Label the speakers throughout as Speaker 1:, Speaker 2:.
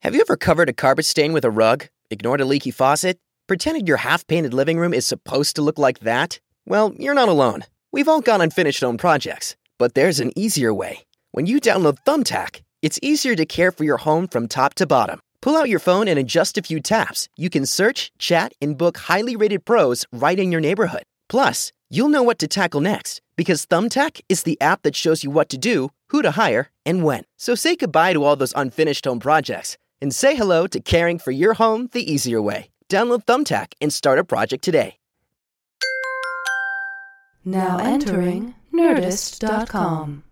Speaker 1: Have you ever covered a carpet stain with a rug? Ignored a leaky faucet? Pretended your half painted living room is supposed to look like that? Well, you're not alone. We've all got unfinished home projects, but there's an easier way. When you download Thumbtack, it's easier to care for your home from top to bottom. Pull out your phone and in just a few taps, you can search, chat, and book highly rated pros right in your neighborhood. Plus, you'll know what to tackle next because Thumbtack is the app that shows you what to do, who to hire, and when. So say goodbye to all those unfinished home projects and say hello to caring for your home the easier way. Download Thumbtack and start a project today.
Speaker 2: Now entering Nerdist.com.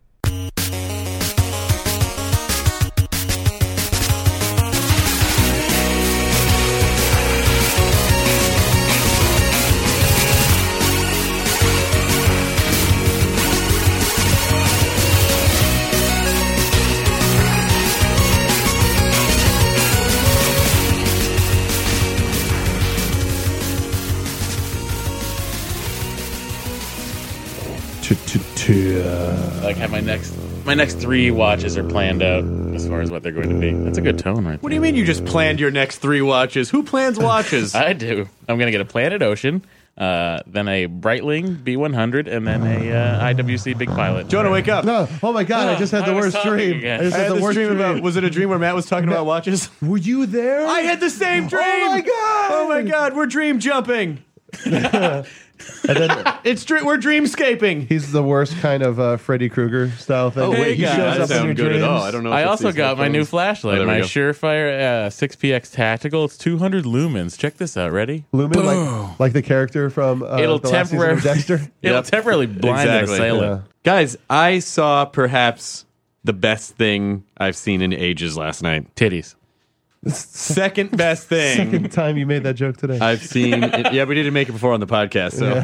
Speaker 3: Like have my next my next three watches are planned out as far as what they're going to be. That's a good tone right
Speaker 4: What do you mean you just planned your next three watches? Who plans watches?
Speaker 3: there. I do. I'm gonna get a Planet Ocean, uh, then a Breitling B100, and then a uh, IWC Big Pilot.
Speaker 4: Jonah, wake up.
Speaker 5: No, oh my God! I just had
Speaker 3: I
Speaker 5: the
Speaker 3: was
Speaker 5: worst
Speaker 3: talking
Speaker 5: dream.
Speaker 3: again.
Speaker 5: I
Speaker 4: I
Speaker 5: just
Speaker 4: had
Speaker 5: had the
Speaker 4: this
Speaker 5: worst
Speaker 4: dream
Speaker 5: dream
Speaker 4: about. Was it a dream where Matt was talking about watches?
Speaker 5: Were you there?
Speaker 4: I had the same dream.
Speaker 5: my God.
Speaker 4: Oh my god! We're dream jumping. it's dr- we're dreamscaping.
Speaker 5: He's the worst kind of uh, Freddy Krueger style thing.
Speaker 4: Oh, wait,
Speaker 5: he
Speaker 4: God,
Speaker 5: shows
Speaker 4: that
Speaker 5: up in
Speaker 4: sound
Speaker 5: your
Speaker 4: good
Speaker 5: dreams.
Speaker 4: at all. I don't know.
Speaker 3: I
Speaker 4: if it's
Speaker 3: also
Speaker 4: these
Speaker 3: got my new
Speaker 4: headphones.
Speaker 3: flashlight,
Speaker 4: Oh, there we
Speaker 3: my
Speaker 4: go.
Speaker 3: Surefire uh, 6PX Tactical. It's 200 lumens. Check this out. Ready?
Speaker 5: Lumen, like, like the character from uh,
Speaker 3: It'll
Speaker 5: the last season
Speaker 3: temporarily
Speaker 5: of Dexter.
Speaker 3: It'll
Speaker 4: Yep.
Speaker 3: temporarily blind
Speaker 4: Exactly.
Speaker 3: an assailant.
Speaker 4: Guys, I saw perhaps the best thing I've seen in ages last night.
Speaker 3: Titties.
Speaker 4: Second best thing.
Speaker 5: Second time you made that joke today.
Speaker 4: I've seen. It, yeah, we didn't make it before on the podcast, so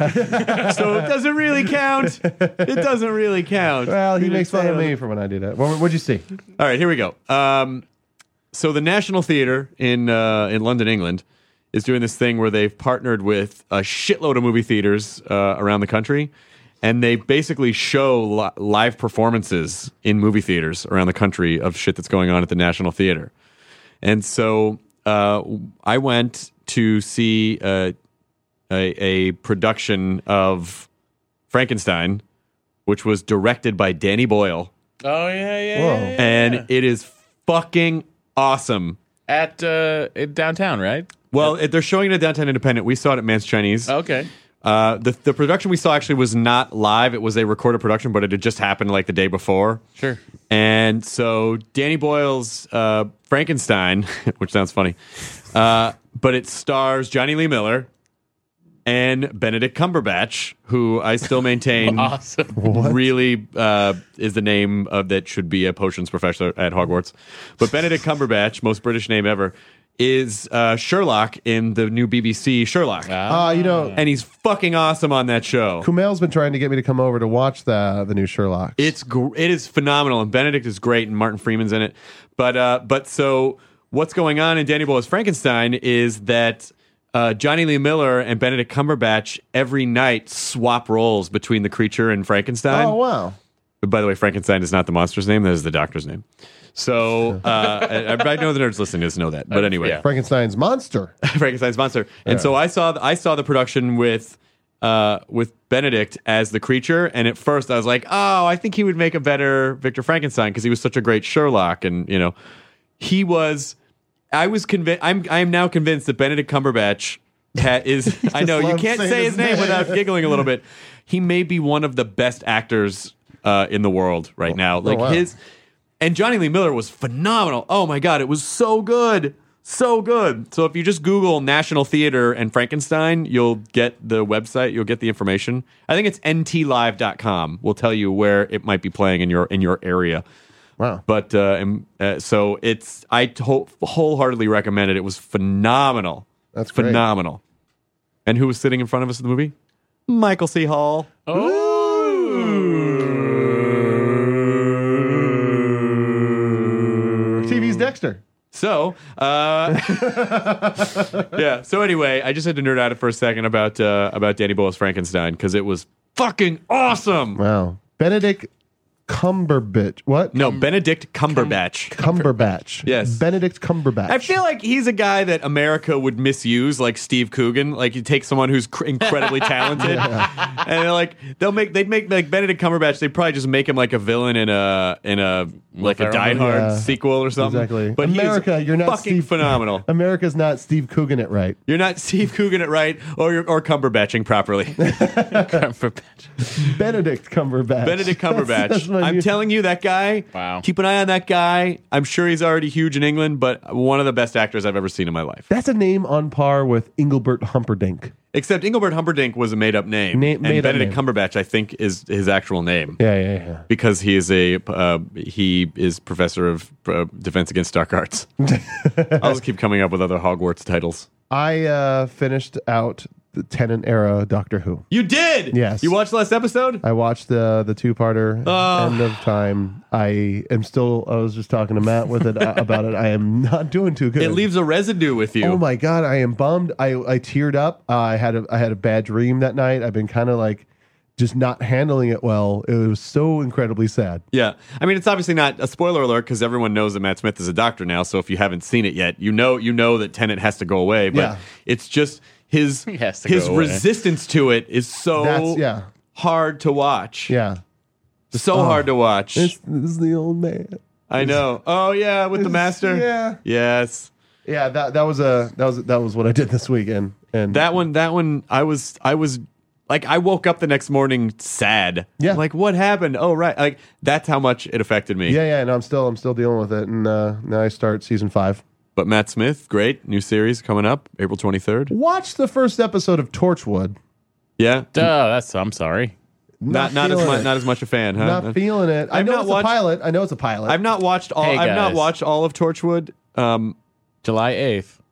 Speaker 4: so it doesn't really count. It doesn't really count.
Speaker 5: well, he
Speaker 4: We
Speaker 5: makes fun
Speaker 4: didn't say
Speaker 5: of
Speaker 4: it on
Speaker 5: me for when I do that. What, what'd you see?
Speaker 4: the- All right, here we go. Um, so the National Theatre in uh, in London, England, is doing this thing where they've partnered with a shitload of movie theaters uh, around the country, and they basically show li- live performances in movie theaters around the country of shit that's going on at the National Theatre. And so uh, I went to see uh, a, a production of Frankenstein, which was directed by Danny Boyle,
Speaker 3: Oh yeah, yeah.
Speaker 5: Whoa.
Speaker 3: yeah, yeah.
Speaker 4: and it is fucking awesome.
Speaker 3: At uh, in downtown, right?
Speaker 4: Well, it- they're showing it at Downtown Independent. We saw it at Man's Chinese.
Speaker 3: Okay.
Speaker 4: Uh, the, the production we saw actually was not live. It was a recorded production, but it had just happened like the day before.
Speaker 3: Sure.
Speaker 4: And so Danny Boyle's uh, Frankenstein, which sounds funny, uh, but it stars Johnny Lee Miller and Benedict Cumberbatch, who I still maintain
Speaker 3: Awesome.
Speaker 4: really uh, is the name of that should be a potions professor at Hogwarts. But Benedict Cumberbatch, most British name ever, is uh, Sherlock in the new BBC Sherlock.
Speaker 5: Uh, you know,
Speaker 4: and he's fucking awesome on that show.
Speaker 5: Kumail's been trying to get me to come over to watch the the new Sherlock.
Speaker 4: It's gr- it is phenomenal, and Benedict is great, and Martin Freeman's in it. But uh, but so what's going on in Danny Boyle's Frankenstein is that uh, Johnny Lee Miller and Benedict Cumberbatch every night swap roles between the creature and Frankenstein.
Speaker 5: oh wow.
Speaker 4: By the way, Frankenstein is not the monster's name; that is the doctor's name. So uh, I, I know the nerds listening to this know that,
Speaker 5: Uh,
Speaker 4: but anyway,
Speaker 3: yeah.
Speaker 5: Frankenstein's monster.
Speaker 4: Frankenstein's monster. And so I saw I saw the production with uh, with Benedict as the creature, and at first I was like, oh, I think he would make a better Victor Frankenstein because he was such a great Sherlock, and you know, he was. I was convinced. I'm I am now convinced that Benedict Cumberbatch ha- is. I know you
Speaker 5: love
Speaker 4: can't
Speaker 5: saying
Speaker 4: say
Speaker 5: his
Speaker 4: his name
Speaker 5: name.
Speaker 4: without giggling a little bit. He may be one of the best actors uh, in the world right now. Like
Speaker 5: wow.
Speaker 4: his and Johnny Lee Miller was phenomenal. Oh my god, it was so good. So good. So if you just Google National Theater and Frankenstein, you'll get the website, you'll get the information. I think it's ntlive.com. Will tell you where it might be playing in your in your area.
Speaker 5: Wow.
Speaker 4: But uh, and, uh, so it's I to- wholeheartedly recommend it. It was phenomenal.
Speaker 5: That's great.
Speaker 4: phenomenal. And who was sitting in front of us in the movie? Michael C. Hall.
Speaker 5: TV's Dexter.
Speaker 4: So, uh, yeah. So anyway, I just had to nerd out for a second about uh, about Danny Boyle's Frankenstein because it was fucking awesome.
Speaker 5: Wow. Benedict Cumberbatch. What?
Speaker 4: No, Benedict Cumberbatch.
Speaker 5: Cumberbatch.
Speaker 4: Yes.
Speaker 5: Benedict Cumberbatch.
Speaker 4: I feel like he's a guy that America would misuse, like Steve Coogan. Like you take someone who's cr- incredibly talented, and they're like they'll make they'd make like Benedict Cumberbatch. They'd probably just make him like a villain in a in a like a
Speaker 3: Ferrell
Speaker 4: Die
Speaker 3: movie?
Speaker 4: Hard
Speaker 5: Yeah.
Speaker 4: sequel or something.
Speaker 5: Exactly.
Speaker 4: But he is
Speaker 5: America, you're not
Speaker 4: fucking
Speaker 5: Steve-
Speaker 4: phenomenal.
Speaker 5: America's not Steve Coogan it right.
Speaker 4: You're not Steve Coogan at right or or Cumberbatching properly.
Speaker 5: Benedict Cumberbatch.
Speaker 4: Benedict
Speaker 5: That's-
Speaker 4: Cumberbatch.
Speaker 5: that's my
Speaker 4: I'm
Speaker 5: new-
Speaker 4: telling you, that guy.
Speaker 3: Wow.
Speaker 4: Keep an eye on that guy. I'm sure he's already huge in England, but one of the best actors I've ever seen in my life.
Speaker 5: That's a name on par with Engelbert Humperdinck.
Speaker 4: Except Engelbert Humperdinck was a made up name,
Speaker 5: Na-
Speaker 4: and
Speaker 5: made-up
Speaker 4: Benedict
Speaker 5: name.
Speaker 4: Cumberbatch, I think, is his actual name
Speaker 5: Yeah, yeah, yeah.
Speaker 4: because he is a uh, he is professor of uh, defense against dark arts. I'll just keep coming up with other Hogwarts titles.
Speaker 5: I uh, finished out the Tenant era Doctor Who.
Speaker 4: You did,
Speaker 5: Yes.
Speaker 4: You watched the last episode.
Speaker 5: I watched the the two parter
Speaker 4: Oh.
Speaker 5: end of time. I am still. I was just talking to Matt with it uh, about it. I am not doing too good.
Speaker 4: It leaves a residue with you.
Speaker 5: Oh my god, I am bummed. I I teared up. Uh, I had a I had a bad dream that night. I've been kind of like just not handling it well. It was so incredibly sad.
Speaker 4: Yeah. I mean, it's obviously not a spoiler alert because everyone knows that Matt Smith is a doctor now. So if you haven't seen it yet, you know you know that Tennant has to go away. But
Speaker 5: Yeah.
Speaker 4: it's just his
Speaker 3: He has to
Speaker 4: his
Speaker 3: go away.
Speaker 4: resistance to it is so
Speaker 5: That's yeah,
Speaker 4: hard to watch.
Speaker 5: yeah.
Speaker 4: So hard to watch.
Speaker 5: This, this is the old man.
Speaker 4: I know. Oh yeah, with the
Speaker 5: It's-
Speaker 4: master.
Speaker 5: yeah.
Speaker 4: Yes.
Speaker 5: Yeah, that that was a that was that was what I did this weekend. And
Speaker 4: That one that one I was I was like I woke up the next morning sad.
Speaker 5: Yeah.
Speaker 4: Like what happened? Oh right. Like that's how much it affected me.
Speaker 5: yeah, yeah. And I'm still I'm still dealing with it. And uh, now I start season five.
Speaker 4: But Matt Smith, great new series coming up April 23rd.
Speaker 5: Watch the first episode of Torchwood.
Speaker 4: Yeah.
Speaker 3: Duh, that's I'm sorry.
Speaker 4: not not as
Speaker 5: feeling
Speaker 4: much
Speaker 5: it.
Speaker 4: not as much a fan, huh?
Speaker 5: Not feeling it. I
Speaker 4: Uh, I've
Speaker 5: know
Speaker 4: not
Speaker 5: it's
Speaker 4: watched-
Speaker 5: a pilot. I know it's a pilot.
Speaker 4: I've not watched all.
Speaker 3: Hey,
Speaker 4: I've not
Speaker 3: guys.
Speaker 4: watched all of Torchwood. Um,
Speaker 3: July eighth,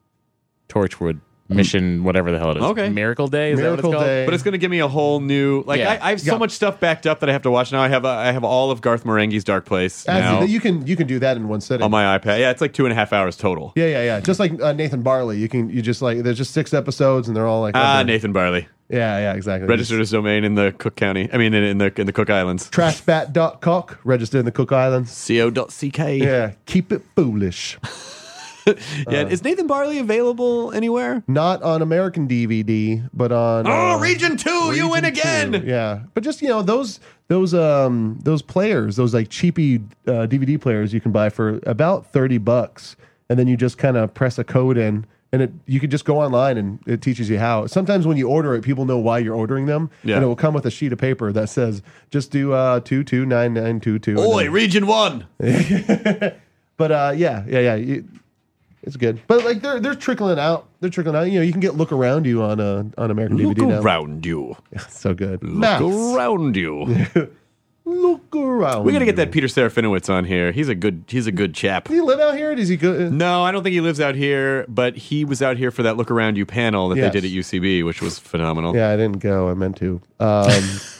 Speaker 3: Torchwood Mission, whatever the hell it is.
Speaker 4: Okay.
Speaker 3: Miracle Day. Is
Speaker 5: Miracle
Speaker 3: that what it's called?
Speaker 5: Day.
Speaker 4: but it's going to give me a whole new. Like
Speaker 3: Yeah.
Speaker 4: I, I have so
Speaker 5: Yeah.
Speaker 4: much stuff backed up that I have to watch now. I have uh, I have all of Garth Marenghi's Dark Place
Speaker 5: As-
Speaker 4: now
Speaker 5: you can you can do that in one sitting.
Speaker 4: on Oh, my iPad. Yeah, it's like two and a half hours total.
Speaker 5: Yeah, yeah, yeah. Just like uh, Nathan Barley, you can you just like there's just six episodes and they're all like
Speaker 4: Ah,
Speaker 5: under-
Speaker 4: Nathan Barley
Speaker 5: Yeah, yeah, exactly.
Speaker 4: registered his domain in the Cook County. I mean, in, in the in the Cook Islands.
Speaker 5: Trashbat.cock, registered in the Cook Islands.
Speaker 4: Co.ck. Yeah,
Speaker 5: Yeah, uh, keep it foolish.
Speaker 4: yeah. is Nathan Barley available anywhere?
Speaker 5: Not on American DVD, but on
Speaker 4: Oh,
Speaker 5: uh,
Speaker 4: Region Two, you win again.
Speaker 5: yeah. But just you know those those um those players, those like cheapy uh, DVD players you can buy for about thirty bucks, and then you just kind of press a code in. And it, you can just go online and it teaches you how. Sometimes when you order it, people know why you're ordering them,
Speaker 4: Yeah.
Speaker 5: and it will come with a sheet of paper that says just do uh, two two nine nine two two. and
Speaker 4: Oi,
Speaker 5: then-
Speaker 4: Region One.
Speaker 5: But uh, yeah, yeah, yeah. You, it's good. But like they're they're trickling out. They're trickling out. You know, you can get look around you on uh, on American
Speaker 4: Look
Speaker 5: DVD now.
Speaker 4: around you.
Speaker 5: So good.
Speaker 4: Look
Speaker 5: Maths.
Speaker 4: around you.
Speaker 5: Look around.
Speaker 4: We gotta get that Peter Serafinowicz on here. He's a good he's a good chap.
Speaker 5: Does he live out here? Does he go? uh,
Speaker 4: No, I don't think he lives out here, but he was out here for that look around you panel that
Speaker 5: Yes.
Speaker 4: they did at UCB, which was phenomenal.
Speaker 5: Yeah, I didn't go. I meant to. Um,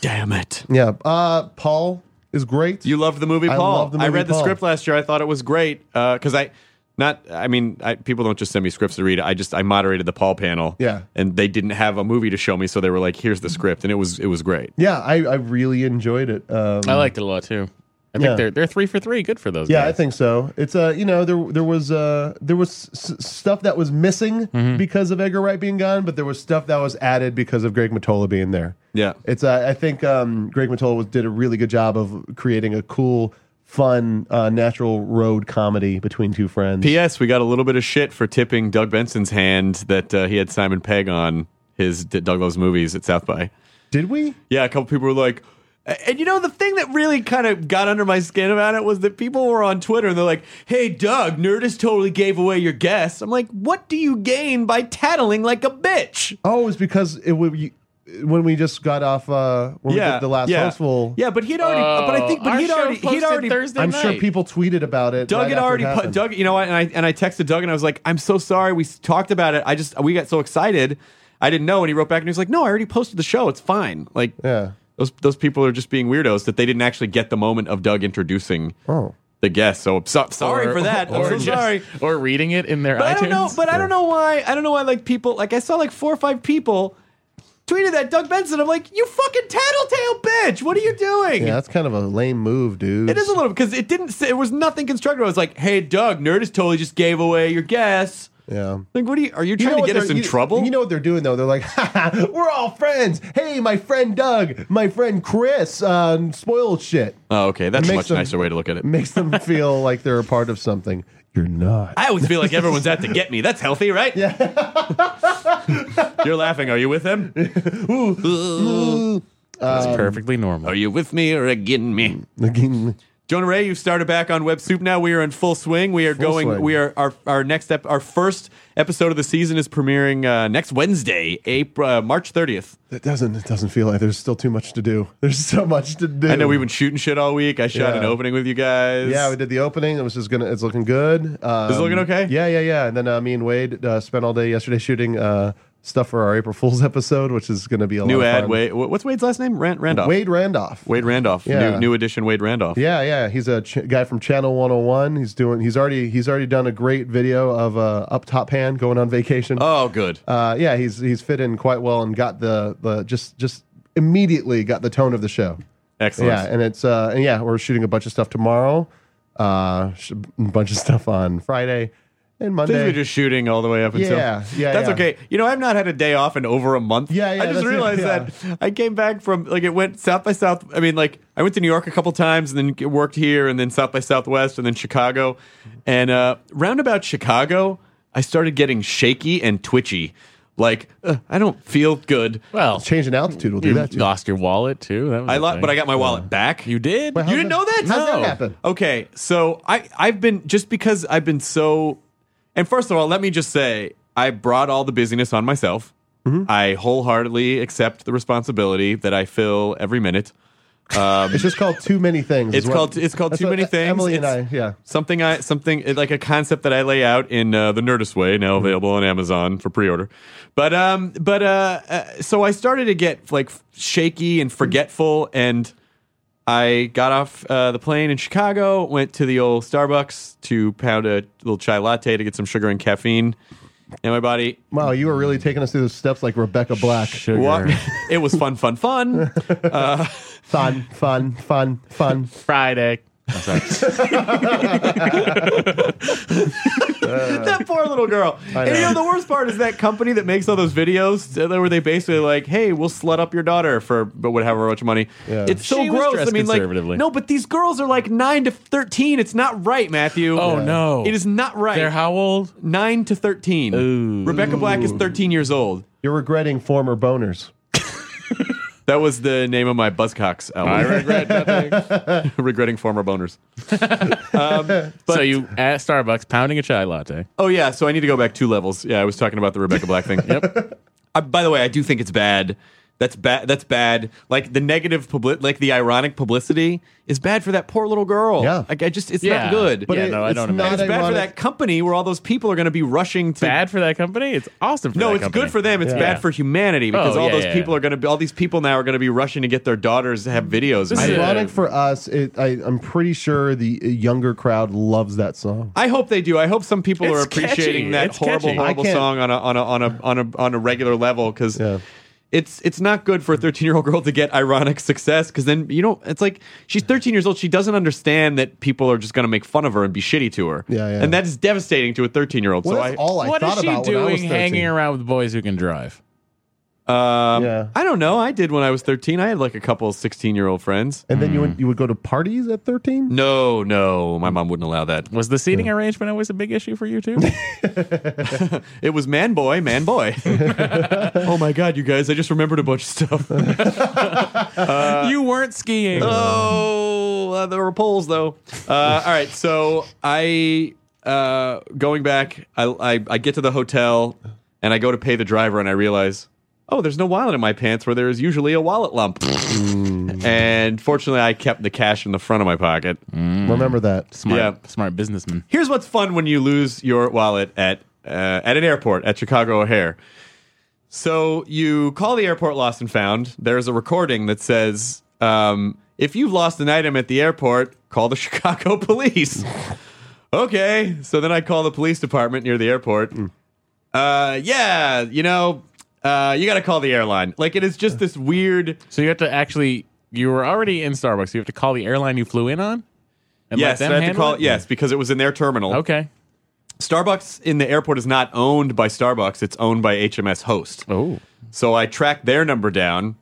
Speaker 4: Damn it.
Speaker 5: yeah. Uh, Paul is great.
Speaker 4: You loved the movie
Speaker 5: I
Speaker 4: Paul.
Speaker 5: loved the movie,
Speaker 4: read the
Speaker 5: Paul.
Speaker 4: script last year. I thought it was great. Uh 'cause cuz I not I mean, I, people don't just send me scripts to read. I just I moderated the Paul panel.
Speaker 5: Yeah.
Speaker 4: And they didn't have a movie to show me, so they were like, "Here's the script." And it was it was great.
Speaker 5: yeah, I, I really enjoyed it. Um,
Speaker 3: I liked it a lot too. I think
Speaker 5: Yeah.
Speaker 3: they're they're three for three. Good for those.
Speaker 5: Yeah,
Speaker 3: guys.
Speaker 5: I think so. It's uh, you know, there there was uh, there was s- stuff that was missing because of Edgar Wright being gone, but there was stuff that was added because of Greg Matola being there.
Speaker 4: Yeah.
Speaker 5: It's uh, I think um, Greg Matola was, did a really good job of creating a cool, fun, uh, natural road comedy between two friends.
Speaker 4: P.S. We got a little bit of shit for tipping Doug Benson's hand that uh, he had Simon Pegg on his D- Doug Loves Movies at South by.
Speaker 5: Did we?
Speaker 4: Yeah, a couple people were like, and you know, the thing that really kind of got under my skin about it was that people were on Twitter and they're like, hey, Doug, Nerdist totally gave away your guess. I'm like, what do you gain by tattling like a bitch?
Speaker 5: Oh, it's Oh, because it would. You, when we just got off uh, when we
Speaker 4: yeah,
Speaker 5: did the last
Speaker 4: yeah.
Speaker 5: Huntsville.
Speaker 4: Yeah, but he'd already. but I think. But
Speaker 3: Uh, our
Speaker 4: he'd
Speaker 3: show
Speaker 4: already. He'd
Speaker 3: posted
Speaker 4: already.
Speaker 3: Thursday
Speaker 5: I'm
Speaker 3: night.
Speaker 5: sure people tweeted about it.
Speaker 4: Doug
Speaker 5: right
Speaker 4: had
Speaker 5: after it
Speaker 4: already put,
Speaker 5: happened.
Speaker 4: Doug, you know, what, and I and I texted Doug and I was like, "I'm so sorry. We s- talked about it. I just we got so excited. I didn't know." And he wrote back and he was like, "No, I already posted the show. It's fine. Like,
Speaker 5: Yeah.
Speaker 4: those those people are just being weirdos that they didn't actually get the moment of Doug introducing
Speaker 5: Oh.
Speaker 4: the guest. So, so sorry
Speaker 3: Or-
Speaker 4: for that. I'm
Speaker 3: or
Speaker 4: so
Speaker 3: just-
Speaker 4: sorry.
Speaker 3: Or reading it in their
Speaker 4: But
Speaker 3: iTunes.
Speaker 4: I don't know. But I don't know why. I don't know why. Like people, like I saw like four or five people tweeted that Doug Benson. I'm like, you fucking tattletale bitch. What are you doing?
Speaker 5: Yeah, that's kind of a lame move, dude.
Speaker 4: It is a little because it didn't. Say, it was nothing constructive. I was like, "Hey, Doug, Nerdist totally just gave away your guess."
Speaker 5: Yeah.
Speaker 4: Like, what are you? Are you
Speaker 5: You
Speaker 4: trying
Speaker 5: know what
Speaker 4: to get us
Speaker 5: they're-
Speaker 4: in
Speaker 5: you-
Speaker 4: trouble?
Speaker 5: You know what they're doing though? They're like, "Ha, ha, "We're all friends." Hey, my friend Doug, my friend Chris, uh, spoiled shit.
Speaker 4: oh, okay, that's a
Speaker 5: Makes
Speaker 4: much
Speaker 5: them-
Speaker 4: nicer way to look at it.
Speaker 5: It makes them feel like they're a part of something. You're not.
Speaker 4: I always feel like everyone's out to get me. That's healthy, right? Yeah. You're laughing. Are you with them?
Speaker 3: It's perfectly normal.
Speaker 4: Are you with me or again me?
Speaker 5: Again,
Speaker 4: Jonah Ray, you've started back on Web Soup now. We are in full swing. We are going.
Speaker 5: swing.
Speaker 4: We are our our next step. Our first episode of the season is premiering uh, next Wednesday, April uh, March 30th.
Speaker 5: it doesn't. It doesn't feel like there's still too much to do. There's so much to do.
Speaker 4: I know we've been shooting shit all week. I shot
Speaker 5: Yeah.
Speaker 4: an opening with you guys.
Speaker 5: Yeah, we did the opening. It was just gonna. It's looking good. Um,
Speaker 4: It's looking okay?
Speaker 5: Yeah, yeah, yeah. And then uh, me and Wade uh, spent all day yesterday shooting uh, stuff for our April Fool's episode, which is gonna be a
Speaker 4: New
Speaker 5: lot of
Speaker 4: ad.
Speaker 5: fun.
Speaker 4: Wade, wha- what's Wade's last name? Rand, Randolph.
Speaker 5: Wade Randolph.
Speaker 4: Wade Randolph.
Speaker 5: Yeah.
Speaker 4: New, new edition. Wade Randolph.
Speaker 5: Yeah, yeah. He's a ch- guy from Channel 101. He's doing. He's already. He's already done a great video of uh, up top hand going on vacation.
Speaker 4: Oh, good.
Speaker 5: Uh, yeah, he's he's fit in quite well and got the the just just immediately got the tone of the show.
Speaker 4: Excellent.
Speaker 5: Yeah, and it's uh, and yeah, we're shooting a bunch of stuff tomorrow, uh, sh- a bunch of stuff on Friday and
Speaker 4: Things
Speaker 5: Monday.
Speaker 4: we're just shooting all the way up until.
Speaker 5: Yeah, yeah,
Speaker 4: That's
Speaker 5: yeah.
Speaker 4: okay. You know, I've not had a day off in over a month.
Speaker 5: Yeah, yeah,
Speaker 4: I just
Speaker 5: that's-
Speaker 4: realized
Speaker 5: yeah.
Speaker 4: that I came back from like it went south by south. I mean, like I went to New York a couple times and then worked here and then south by southwest and then Chicago, and uh, roundabout Chicago, I started getting shaky and twitchy. Like uh, I don't feel good.
Speaker 3: well,
Speaker 5: Change in altitude will do
Speaker 4: Mm,
Speaker 3: you
Speaker 5: that too.
Speaker 3: lost your wallet too. That was
Speaker 4: I
Speaker 3: a
Speaker 4: lo-
Speaker 3: thing.
Speaker 4: but I got my wallet back.
Speaker 3: You did?
Speaker 5: Wait,
Speaker 4: you
Speaker 5: how's
Speaker 4: didn't
Speaker 5: that-
Speaker 4: know that?
Speaker 5: how's that
Speaker 4: No.
Speaker 5: happen?
Speaker 4: Okay, so I I've been just because I've been so, and first of all, let me just say I brought all the busyness on myself.
Speaker 5: Mm-hmm.
Speaker 4: I wholeheartedly accept the responsibility that I fill every minute.
Speaker 5: It's just called too many things.
Speaker 4: It's
Speaker 5: is what-
Speaker 4: called it's called
Speaker 5: that's
Speaker 4: too
Speaker 5: what
Speaker 4: many
Speaker 5: E-
Speaker 4: things.
Speaker 5: Emily and I,
Speaker 4: It's
Speaker 5: yeah.
Speaker 4: something I something eh, like a concept that I lay out in uh, the Nerdist way, now available on Amazon for pre-order. But um, but uh, uh, so I started to get like shaky and forgetful, and I got off uh, the plane in Chicago, went to the old Starbucks to pound a little chai latte to get some sugar and caffeine in my body,
Speaker 5: Wow, you were really taking us through the steps like Rebecca Black.
Speaker 3: Sugar.
Speaker 4: Walk- it was fun, fun, fun.
Speaker 5: Fun, fun, fun, fun.
Speaker 3: Friday. I'm sorry.
Speaker 4: that poor little girl.
Speaker 5: I
Speaker 4: And you
Speaker 5: know.
Speaker 4: know the worst part is that company that makes all those videos uh, where they basically like, hey, we'll slut up your daughter for but whatever much money.
Speaker 5: Yeah.
Speaker 4: It's so
Speaker 3: She was
Speaker 4: gross.
Speaker 3: dressed
Speaker 4: I mean, like,
Speaker 3: conservatively.
Speaker 4: no, but these girls are like nine to thirteen. It's not right, Matthew.
Speaker 3: Oh, Yeah. no.
Speaker 4: it is not right.
Speaker 3: They're how old?
Speaker 4: nine to thirteen.
Speaker 3: Ooh.
Speaker 4: Rebecca Black is thirteen years old.
Speaker 5: You're regretting former boners.
Speaker 4: That was the name of my Buzzcocks album. I regret nothing. Regretting former boners.
Speaker 3: so you at Starbucks pounding a chai latte.
Speaker 4: Oh yeah, so I need to go back two levels. Yeah, I was talking about the Rebecca Black thing. yep. I, by the way, I do think it's bad. That's bad. That's bad. Like the negative public, like the ironic publicity is bad for that poor little girl.
Speaker 5: Yeah.
Speaker 4: Like I just, it's
Speaker 3: Yeah.
Speaker 4: not good.
Speaker 3: But
Speaker 4: But
Speaker 3: yeah,
Speaker 5: it-
Speaker 3: no, I
Speaker 5: it's
Speaker 3: don't
Speaker 5: not
Speaker 3: imagine.
Speaker 4: it's bad for
Speaker 5: ironic.
Speaker 4: that company where all those people are going to be rushing to.
Speaker 3: bad for that company. It's awesome. For
Speaker 4: No,
Speaker 3: that
Speaker 4: it's
Speaker 3: company.
Speaker 4: good for them. It's
Speaker 3: Yeah.
Speaker 4: bad for humanity because
Speaker 3: Oh,
Speaker 4: all
Speaker 3: yeah,
Speaker 4: those
Speaker 3: yeah,
Speaker 4: people
Speaker 3: yeah.
Speaker 4: are going to be. All these people now are going to be rushing to get their daughters to have videos.
Speaker 3: This
Speaker 4: made.
Speaker 3: is-
Speaker 5: Ironic for us. It, I, I'm pretty sure the uh, younger crowd loves that song.
Speaker 4: I hope they do. I hope some people
Speaker 3: It's
Speaker 4: are
Speaker 3: catchy.
Speaker 4: appreciating that
Speaker 3: It's
Speaker 4: horrible,
Speaker 3: catchy.
Speaker 4: horrible
Speaker 5: I can't-
Speaker 4: song on a on a on a on a on a regular level because
Speaker 5: Yeah.
Speaker 4: it's it's not good for a thirteen year old girl to get ironic success because then you know it's like she's thirteen years old. She doesn't understand that people are just going to make fun of her and be shitty to her.
Speaker 5: Yeah, yeah.
Speaker 4: And that is devastating to a thirteen year old.
Speaker 5: Well,
Speaker 4: So I.
Speaker 5: that's all I
Speaker 3: what
Speaker 5: thought
Speaker 3: is she
Speaker 5: about when I was
Speaker 3: doing
Speaker 5: 13.
Speaker 3: hanging around with boys who can drive?
Speaker 4: Um,
Speaker 5: Yeah.
Speaker 4: I don't know. I did when I was 13. I had like a couple 16 year old friends.
Speaker 5: And then you would you would go to parties at 13?
Speaker 4: No, no, my mom wouldn't allow that.
Speaker 3: Was the seating arrangement always a big issue for you too?
Speaker 4: It was man boy, man boy. oh my God, you guys, I just remembered a bunch of stuff. Uh,
Speaker 3: you weren't skiing.
Speaker 4: Oh, uh, there were polls though. Uh, all right, so I uh, going back. I, I I get to the hotel and I go to pay the driver and I realize oh, there's no wallet in my pants where there is usually a wallet lump. and fortunately, I kept the cash in the front of my pocket.
Speaker 5: Remember that.
Speaker 3: Smart,
Speaker 4: Yeah.
Speaker 3: smart businessman.
Speaker 4: Here's what's fun when you lose your wallet at uh, at an airport at Chicago O'Hare. So you call the airport lost and found. There's a recording that says, um, "If you've lost an item at the airport, call the Chicago police." okay, so then I call the police department near the airport.
Speaker 3: Hmm.
Speaker 4: Uh, yeah, you know, uh, you got to call the airline. Like it is just this weird.
Speaker 3: So you have to actually, you were already in Starbucks. You have to call the airline you flew in on. And
Speaker 4: yes,
Speaker 3: let them
Speaker 4: I have to
Speaker 3: handle
Speaker 4: call.
Speaker 3: it?
Speaker 4: Yes, because it was in their terminal.
Speaker 3: Okay.
Speaker 4: Starbucks in the airport is not owned by Starbucks. It's owned by HMS Host.
Speaker 3: Oh.
Speaker 4: So I track their number down.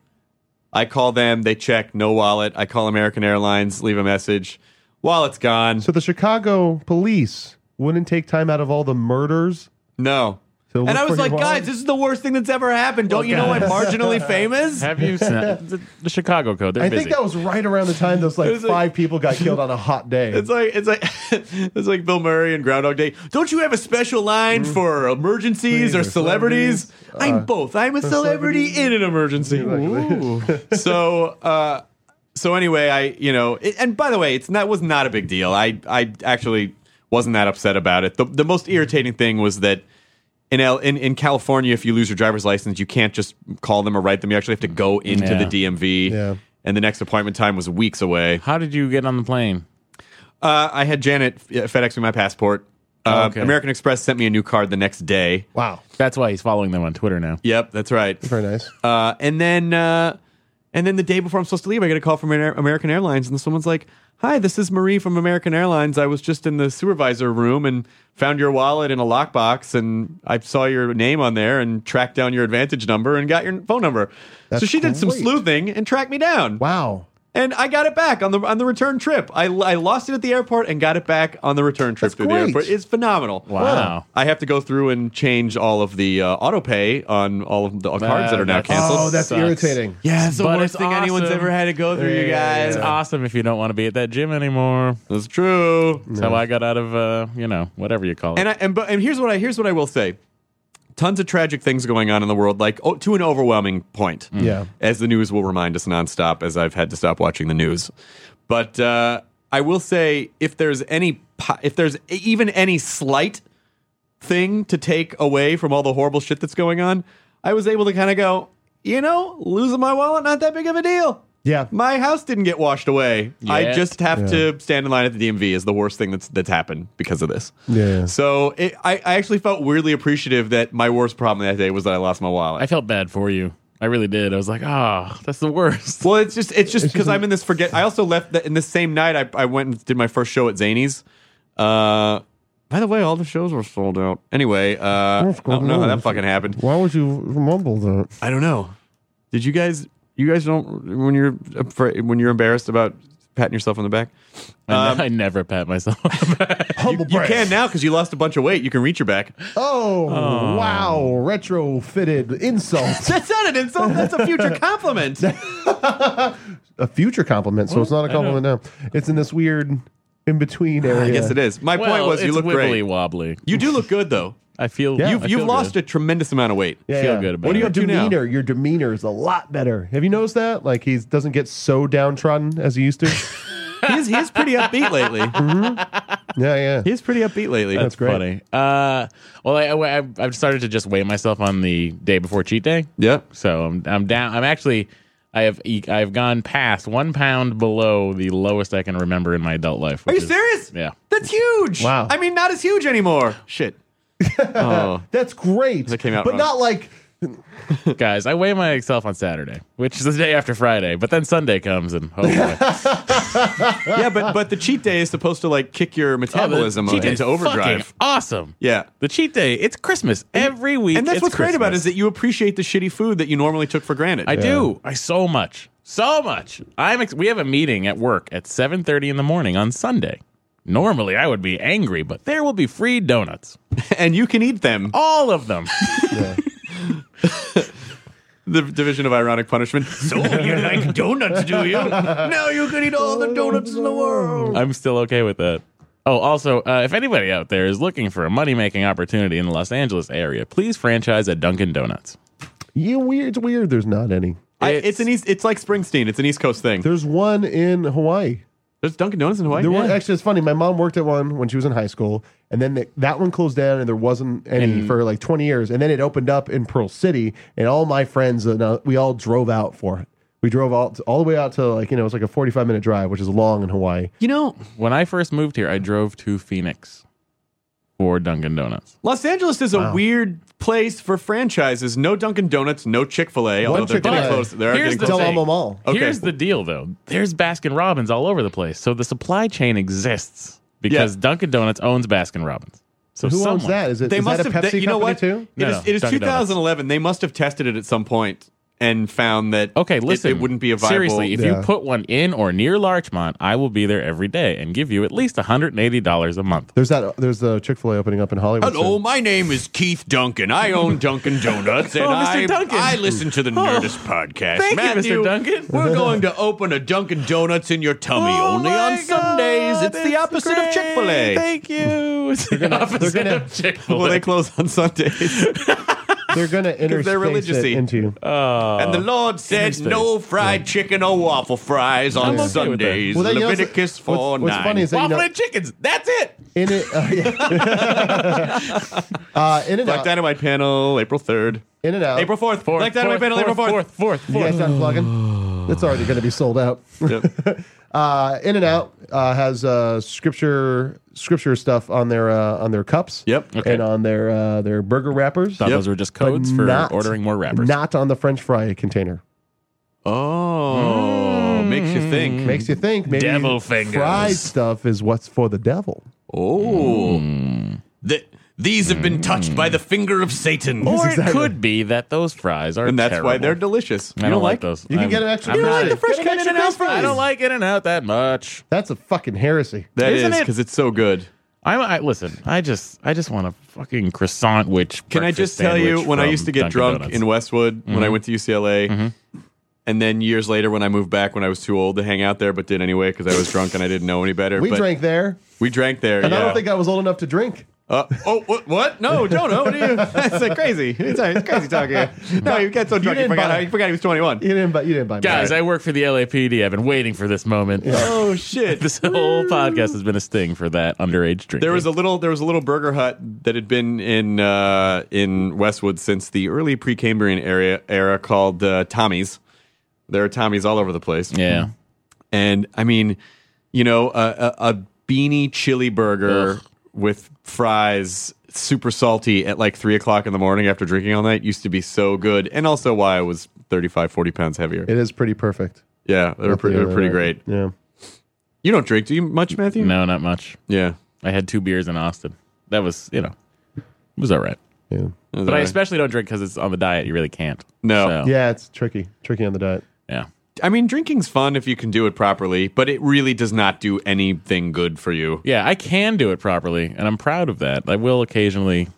Speaker 4: I call them. They check. No wallet. I call American Airlines. Leave a message. Wallet's gone.
Speaker 5: So the Chicago police wouldn't take time out of all the murders.
Speaker 4: No.
Speaker 5: So
Speaker 4: and
Speaker 5: look
Speaker 4: I was
Speaker 5: for your
Speaker 4: like,
Speaker 5: wallet?
Speaker 4: guys, this is the worst thing that's ever happened. Don't you know I'm marginally famous?
Speaker 3: Have you seen the, the Chicago code? They're
Speaker 5: I
Speaker 3: busy.
Speaker 5: think that was right around the time those like
Speaker 4: was
Speaker 5: five
Speaker 4: like-
Speaker 5: people got killed on a hot day.
Speaker 4: It's like it's like it's like Bill Murray and Groundhog Day. Don't you have a special line for emergencies
Speaker 5: Please,
Speaker 4: or
Speaker 5: or
Speaker 4: celebrities?
Speaker 5: celebrities.
Speaker 4: I'm
Speaker 5: Uh,
Speaker 4: both. I'm a celebrity in an emergency. Ooh. so uh, so anyway, I you know, it, and by the way, it's not was not a big deal. I I actually wasn't that upset about it. The the most irritating thing was that. In, L, in in California, if you lose your driver's license, you can't just call them or write them. You actually have to go into
Speaker 3: Yeah.
Speaker 4: the DMV,
Speaker 5: Yeah.
Speaker 4: and the next appointment time was weeks away.
Speaker 3: How did you get on the plane?
Speaker 4: Uh, I had Janet uh, FedEx me my passport. Uh,
Speaker 3: Okay.
Speaker 4: American Express sent me a new card the next day.
Speaker 5: wow,
Speaker 3: That's why he's following them on Twitter now.
Speaker 4: Yep, that's right.
Speaker 5: very nice.
Speaker 4: Uh, and then, uh, and then the day before I'm supposed to leave, I get a call from Amer- American Airlines, and someone's like, "Hi, this is Marie from American Airlines. I was just in the supervisor room and found your wallet in a lockbox, and I saw your name on there and tracked down your Advantage number and got your phone number. so
Speaker 5: That's
Speaker 4: she did some
Speaker 5: great.
Speaker 4: sleuthing and tracked me down.
Speaker 5: Wow,
Speaker 4: And I got it back on the on the return trip. I, I lost it at the airport and got it back on the return trip
Speaker 5: That's
Speaker 4: through the
Speaker 5: great.
Speaker 4: airport. It's phenomenal.
Speaker 3: Wow.
Speaker 4: I have to go through and change all of the uh, auto pay on all of the cards that are now
Speaker 3: that's-
Speaker 4: canceled.
Speaker 5: oh, that's
Speaker 3: Sucks.
Speaker 5: irritating.
Speaker 4: yeah, it's the
Speaker 3: But
Speaker 4: worst
Speaker 3: it's
Speaker 4: thing anyone's
Speaker 3: awesome.
Speaker 4: ever had to go through, you guys.
Speaker 3: It's awesome if you don't want to be at that gym anymore.
Speaker 4: That's true.
Speaker 3: That's how I got out of, uh, you know, whatever you call it.
Speaker 4: And I, and but and here's what I here's what I will say. Tons of tragic things going on in the world, like oh, to an overwhelming point.
Speaker 5: Yeah.
Speaker 4: as the news will remind us nonstop, as I've had to stop watching the news. But uh, I will say, if there's any, po- if there's even any slight thing to take away from all the horrible shit that's going on, I was able to kind of go, you know, losing my wallet, not that big of a deal.
Speaker 5: Yeah.
Speaker 4: My house didn't get washed away. I
Speaker 3: Yet.
Speaker 4: just have to stand in line at the DMV is the worst thing that's that's happened because of this.
Speaker 5: Yeah.
Speaker 4: So it, I, I actually felt weirdly appreciative that my worst problem that day was that I lost my wallet.
Speaker 3: I felt bad for you. I really did. I was like, oh, that's the worst.
Speaker 4: Well, it's just it's just because I'm in this forget. I also left that in the same night. I, I went and did my first show at Zany's. Uh, by the way, all the shows were sold out. Anyway, uh, I don't know how that fucking happened.
Speaker 5: Why would you mumble that?
Speaker 4: I don't know. Did you guys? You guys don't when you're afraid, when you're embarrassed about patting yourself on the back. Um,
Speaker 3: I, ne- I never pat myself. on the back.
Speaker 5: Humble
Speaker 4: You
Speaker 5: brag.
Speaker 4: can now because you lost a bunch of weight. You can reach your back.
Speaker 5: Oh, wow! Retrofitted insult.
Speaker 4: That's not an insult. That's a future compliment.
Speaker 5: a future compliment, so it's not a compliment now. It's in this weird in between area.
Speaker 4: I guess it is. My
Speaker 3: Well,
Speaker 4: point was you
Speaker 3: it's
Speaker 4: look
Speaker 3: wibbly
Speaker 4: great.
Speaker 3: wobbly.
Speaker 4: You do look good though.
Speaker 3: I feel
Speaker 5: Yeah.
Speaker 3: I
Speaker 4: You've, you've
Speaker 3: feel
Speaker 4: lost
Speaker 3: good.
Speaker 4: a tremendous amount of weight.
Speaker 5: Yeah,
Speaker 3: Feel
Speaker 5: yeah.
Speaker 3: good about
Speaker 5: what
Speaker 3: it.
Speaker 5: Your
Speaker 4: What do you do now?
Speaker 5: demeanor, your demeanor is a lot better. Have you noticed that? Like he doesn't get so downtrodden as he used to.
Speaker 4: He's he's pretty upbeat lately.
Speaker 5: yeah, yeah.
Speaker 4: He's pretty upbeat lately.
Speaker 5: That's great.
Speaker 3: Funny. Uh, well, I, I, I've- I've started to just weigh myself on the day before cheat day.
Speaker 4: Yep.
Speaker 3: So I'm I'm down. I'm actually I have e- I've gone past one pound below the lowest I can remember in my adult life.
Speaker 4: Are
Speaker 3: which
Speaker 4: you
Speaker 3: is-
Speaker 4: serious?
Speaker 3: Yeah.
Speaker 4: That's huge.
Speaker 5: Wow.
Speaker 4: I mean, not as huge anymore. Shit. oh.
Speaker 5: That's great.
Speaker 4: That came out
Speaker 5: but
Speaker 4: wrong.
Speaker 5: not like
Speaker 3: Guys, I weigh myself on Saturday, which is the day after Friday, but then Sunday comes and oh boy.
Speaker 4: Yeah, but but the cheat day is supposed to like kick your metabolism
Speaker 3: Cheat day is
Speaker 4: into overdrive.
Speaker 3: fucking Awesome.
Speaker 4: Yeah.
Speaker 3: The cheat day, it's Christmas every week.
Speaker 4: And that's
Speaker 3: it's
Speaker 4: what's great about it is
Speaker 3: Christmas.
Speaker 4: that you appreciate the shitty food that you normally took for granted.
Speaker 3: I do. I so much. So much. I'm ex- we have a meeting at work at 7:30 in the morning on Sunday. Normally I would be angry, but there will be free donuts.
Speaker 4: and you can eat them.
Speaker 3: All of them.
Speaker 4: The division of ironic punishment. So you like donuts, do you? Now you can eat all the donuts in the world.
Speaker 3: I'm still okay with that. Oh, also, uh, if anybody out there is looking for a money making opportunity in the Los Angeles area, please franchise at Dunkin' Donuts.
Speaker 5: Yeah, weird. It's weird. There's not any.
Speaker 4: I, it's an East. It's like Springsteen. It's an East Coast thing.
Speaker 5: There's one in Hawaii.
Speaker 4: There's Dunkin' Donuts in Hawaii.
Speaker 5: There was
Speaker 4: Yeah.
Speaker 5: actually it's funny. My mom worked at one when she was in high school, and then the, that one closed down, and there wasn't any for like 20 years. And then it opened up in Pearl City, and all my friends and uh, we all drove out for it. We drove out all the way out to like you know it's like a 45 minute drive, which is long in Hawaii.
Speaker 4: you know,
Speaker 3: When I first moved here, I drove to Phoenix for Dunkin' Donuts.
Speaker 4: Los Angeles is a weird place for franchises. No Dunkin' Donuts, no Chick Fil A. Although they're
Speaker 5: Chick-fil-A.
Speaker 4: getting close. They're
Speaker 3: Here's
Speaker 4: getting
Speaker 3: the
Speaker 4: close.
Speaker 5: Del
Speaker 3: thing.
Speaker 5: Alma Mall.
Speaker 4: Okay.
Speaker 3: Here's the deal, though. There's Baskin Robbins all over the place, so the supply chain exists because
Speaker 4: Yeah.
Speaker 3: Dunkin' Donuts owns Baskin Robbins. So
Speaker 5: Who
Speaker 3: someone,
Speaker 5: owns that? Is it
Speaker 4: They
Speaker 5: is
Speaker 4: must
Speaker 5: that a
Speaker 4: have.
Speaker 5: Pepsi
Speaker 4: they- you know
Speaker 5: company
Speaker 4: what?
Speaker 5: too?
Speaker 4: It
Speaker 3: No,
Speaker 4: is,
Speaker 3: no,
Speaker 4: it is
Speaker 3: Dunkin' Donuts.
Speaker 4: 2011. They must have tested it at some point and found that.
Speaker 3: Okay,
Speaker 4: it-
Speaker 3: listen.
Speaker 4: It, wouldn't be a viable.
Speaker 3: Seriously, if
Speaker 5: Yeah.
Speaker 3: you put one in or near Larchmont, I will be there every day and give you at least $180 a month.
Speaker 5: There's that. There's the Chick Fil A opening up in Hollywood.
Speaker 4: Hello,
Speaker 5: soon.
Speaker 4: my name is Keith Duncan. I own Dunkin' Donuts, and
Speaker 3: Oh, Mr.
Speaker 4: I,
Speaker 3: Duncan.
Speaker 4: I listen to the Nerdist podcast.
Speaker 3: Thank you,
Speaker 4: Matthew,
Speaker 3: Mr. Duncan.
Speaker 4: We're going to open a Dunkin' Donuts in your tummy
Speaker 3: Oh
Speaker 4: only on
Speaker 3: my
Speaker 4: Sundays.
Speaker 3: God,
Speaker 4: It's the opposite of
Speaker 3: great.
Speaker 4: Chick Fil A.
Speaker 3: Thank you. It's the opposite
Speaker 5: gonna-
Speaker 3: of Chick Fil
Speaker 4: Well,
Speaker 3: A.
Speaker 4: they close on Sundays.
Speaker 5: They're gonna interspace
Speaker 4: they're
Speaker 5: it
Speaker 4: religious-y.
Speaker 5: into you.
Speaker 4: and the
Speaker 3: Uh,
Speaker 4: Lord said,
Speaker 3: interesting.
Speaker 4: "No fried chicken or waffle fries
Speaker 3: I'm
Speaker 4: on
Speaker 3: okay with that.
Speaker 4: Sundays."
Speaker 5: Well, that- you know,
Speaker 4: Leviticus
Speaker 5: what's-
Speaker 4: four
Speaker 5: what's
Speaker 4: nine.
Speaker 5: funny is that-
Speaker 3: Waffle
Speaker 5: you know-
Speaker 3: and chickens. That's it.
Speaker 5: in it. Uh, yeah. Uh, in and
Speaker 4: Black
Speaker 5: out.
Speaker 4: Dynamite panel, April third,
Speaker 5: In and out.
Speaker 4: April fourth, Black Dynamite panel, April
Speaker 3: fourth, fourth,
Speaker 4: fourth.
Speaker 5: You guys
Speaker 3: fourth.
Speaker 5: not plugging? It's already going to be sold out. Uh, in and out uh, has uh, scripture scripture stuff on their uh, on their cups.
Speaker 4: Yep.
Speaker 3: Okay.
Speaker 5: And on their uh, their burger wrappers.
Speaker 3: Thought
Speaker 4: Yep.
Speaker 3: those were just
Speaker 5: but
Speaker 3: codes for
Speaker 5: not-
Speaker 3: ordering more wrappers.
Speaker 5: Not on the French fry container.
Speaker 4: Oh, makes you think.
Speaker 5: Makes you think maybe
Speaker 3: Hmm. Devil fingers.
Speaker 5: fried stuff is what's for the devil.
Speaker 4: Oh.
Speaker 3: Mm.
Speaker 4: The, these have been touched by the finger of Satan.
Speaker 3: or it could be that those fries are
Speaker 4: and that's why
Speaker 3: terrible.
Speaker 4: they're delicious.
Speaker 3: I don't, like those.
Speaker 5: You can
Speaker 3: I'm-
Speaker 5: get an extra.
Speaker 3: I'm
Speaker 5: fry.
Speaker 3: not-
Speaker 4: like the fresh
Speaker 5: Get an
Speaker 4: kind
Speaker 5: extra
Speaker 4: In-N-Out
Speaker 5: french fries.
Speaker 3: I don't like In and Out that much.
Speaker 5: That's a fucking heresy.
Speaker 4: That
Speaker 3: Isn't
Speaker 4: is
Speaker 3: it-
Speaker 4: because it's so good.
Speaker 3: I'm, I listen. I just I just want a fucking croissant. Which
Speaker 4: Can I just tell you when I used to get drunk in Westwood when I went to UCLA, and then years later when I moved back when I was too old to hang out there, but did anyway because I was drunk and I didn't know any better.
Speaker 5: We
Speaker 4: but
Speaker 5: drank there,
Speaker 4: We drank there.
Speaker 5: and
Speaker 4: yeah.
Speaker 5: I don't think I was old enough to drink.
Speaker 4: Uh, oh, what? what? No, Jonah, what are you? That's like crazy. It's, it's crazy talking. No, you got so drunk you,
Speaker 5: didn't
Speaker 4: forgot,
Speaker 5: buy-
Speaker 4: you forgot he was 21.
Speaker 5: You didn't buy. You didn't buy. me
Speaker 3: guys,
Speaker 5: that.
Speaker 3: I work for the LAPD. I've been waiting for this moment.
Speaker 4: Oh, shit.
Speaker 3: This whole podcast has been a sting for that underage drink.
Speaker 4: There was a little there was a little burger hut that had been in uh, in Westwood since the early Precambrian area era called uh, Tommy's. There are Tommy's all over the place.
Speaker 3: yeah.
Speaker 4: And I mean, you know, a, a, a beanie chili burger with fries, super salty at like three o'clock in the morning after drinking all night used to be so good. And also why I was 35, 40 pounds heavier.
Speaker 5: It is pretty perfect.
Speaker 4: yeah, they were, pretty, they were pretty great.
Speaker 5: Yeah.
Speaker 4: You don't drink, do you much, Matthew?
Speaker 3: No, not much.
Speaker 4: Yeah.
Speaker 3: I had two beers in Austin. That was you know, it was all right.
Speaker 5: Yeah.
Speaker 3: But I especially don't drink because it's on the diet. You really can't.
Speaker 4: No.
Speaker 3: So,
Speaker 5: Yeah, it's tricky. Tricky on the diet.
Speaker 3: yeah.
Speaker 4: I mean, drinking's fun if you can do it properly, but it really does not do anything good for you.
Speaker 3: Yeah, I can do it properly, and I'm proud of that. I will occasionally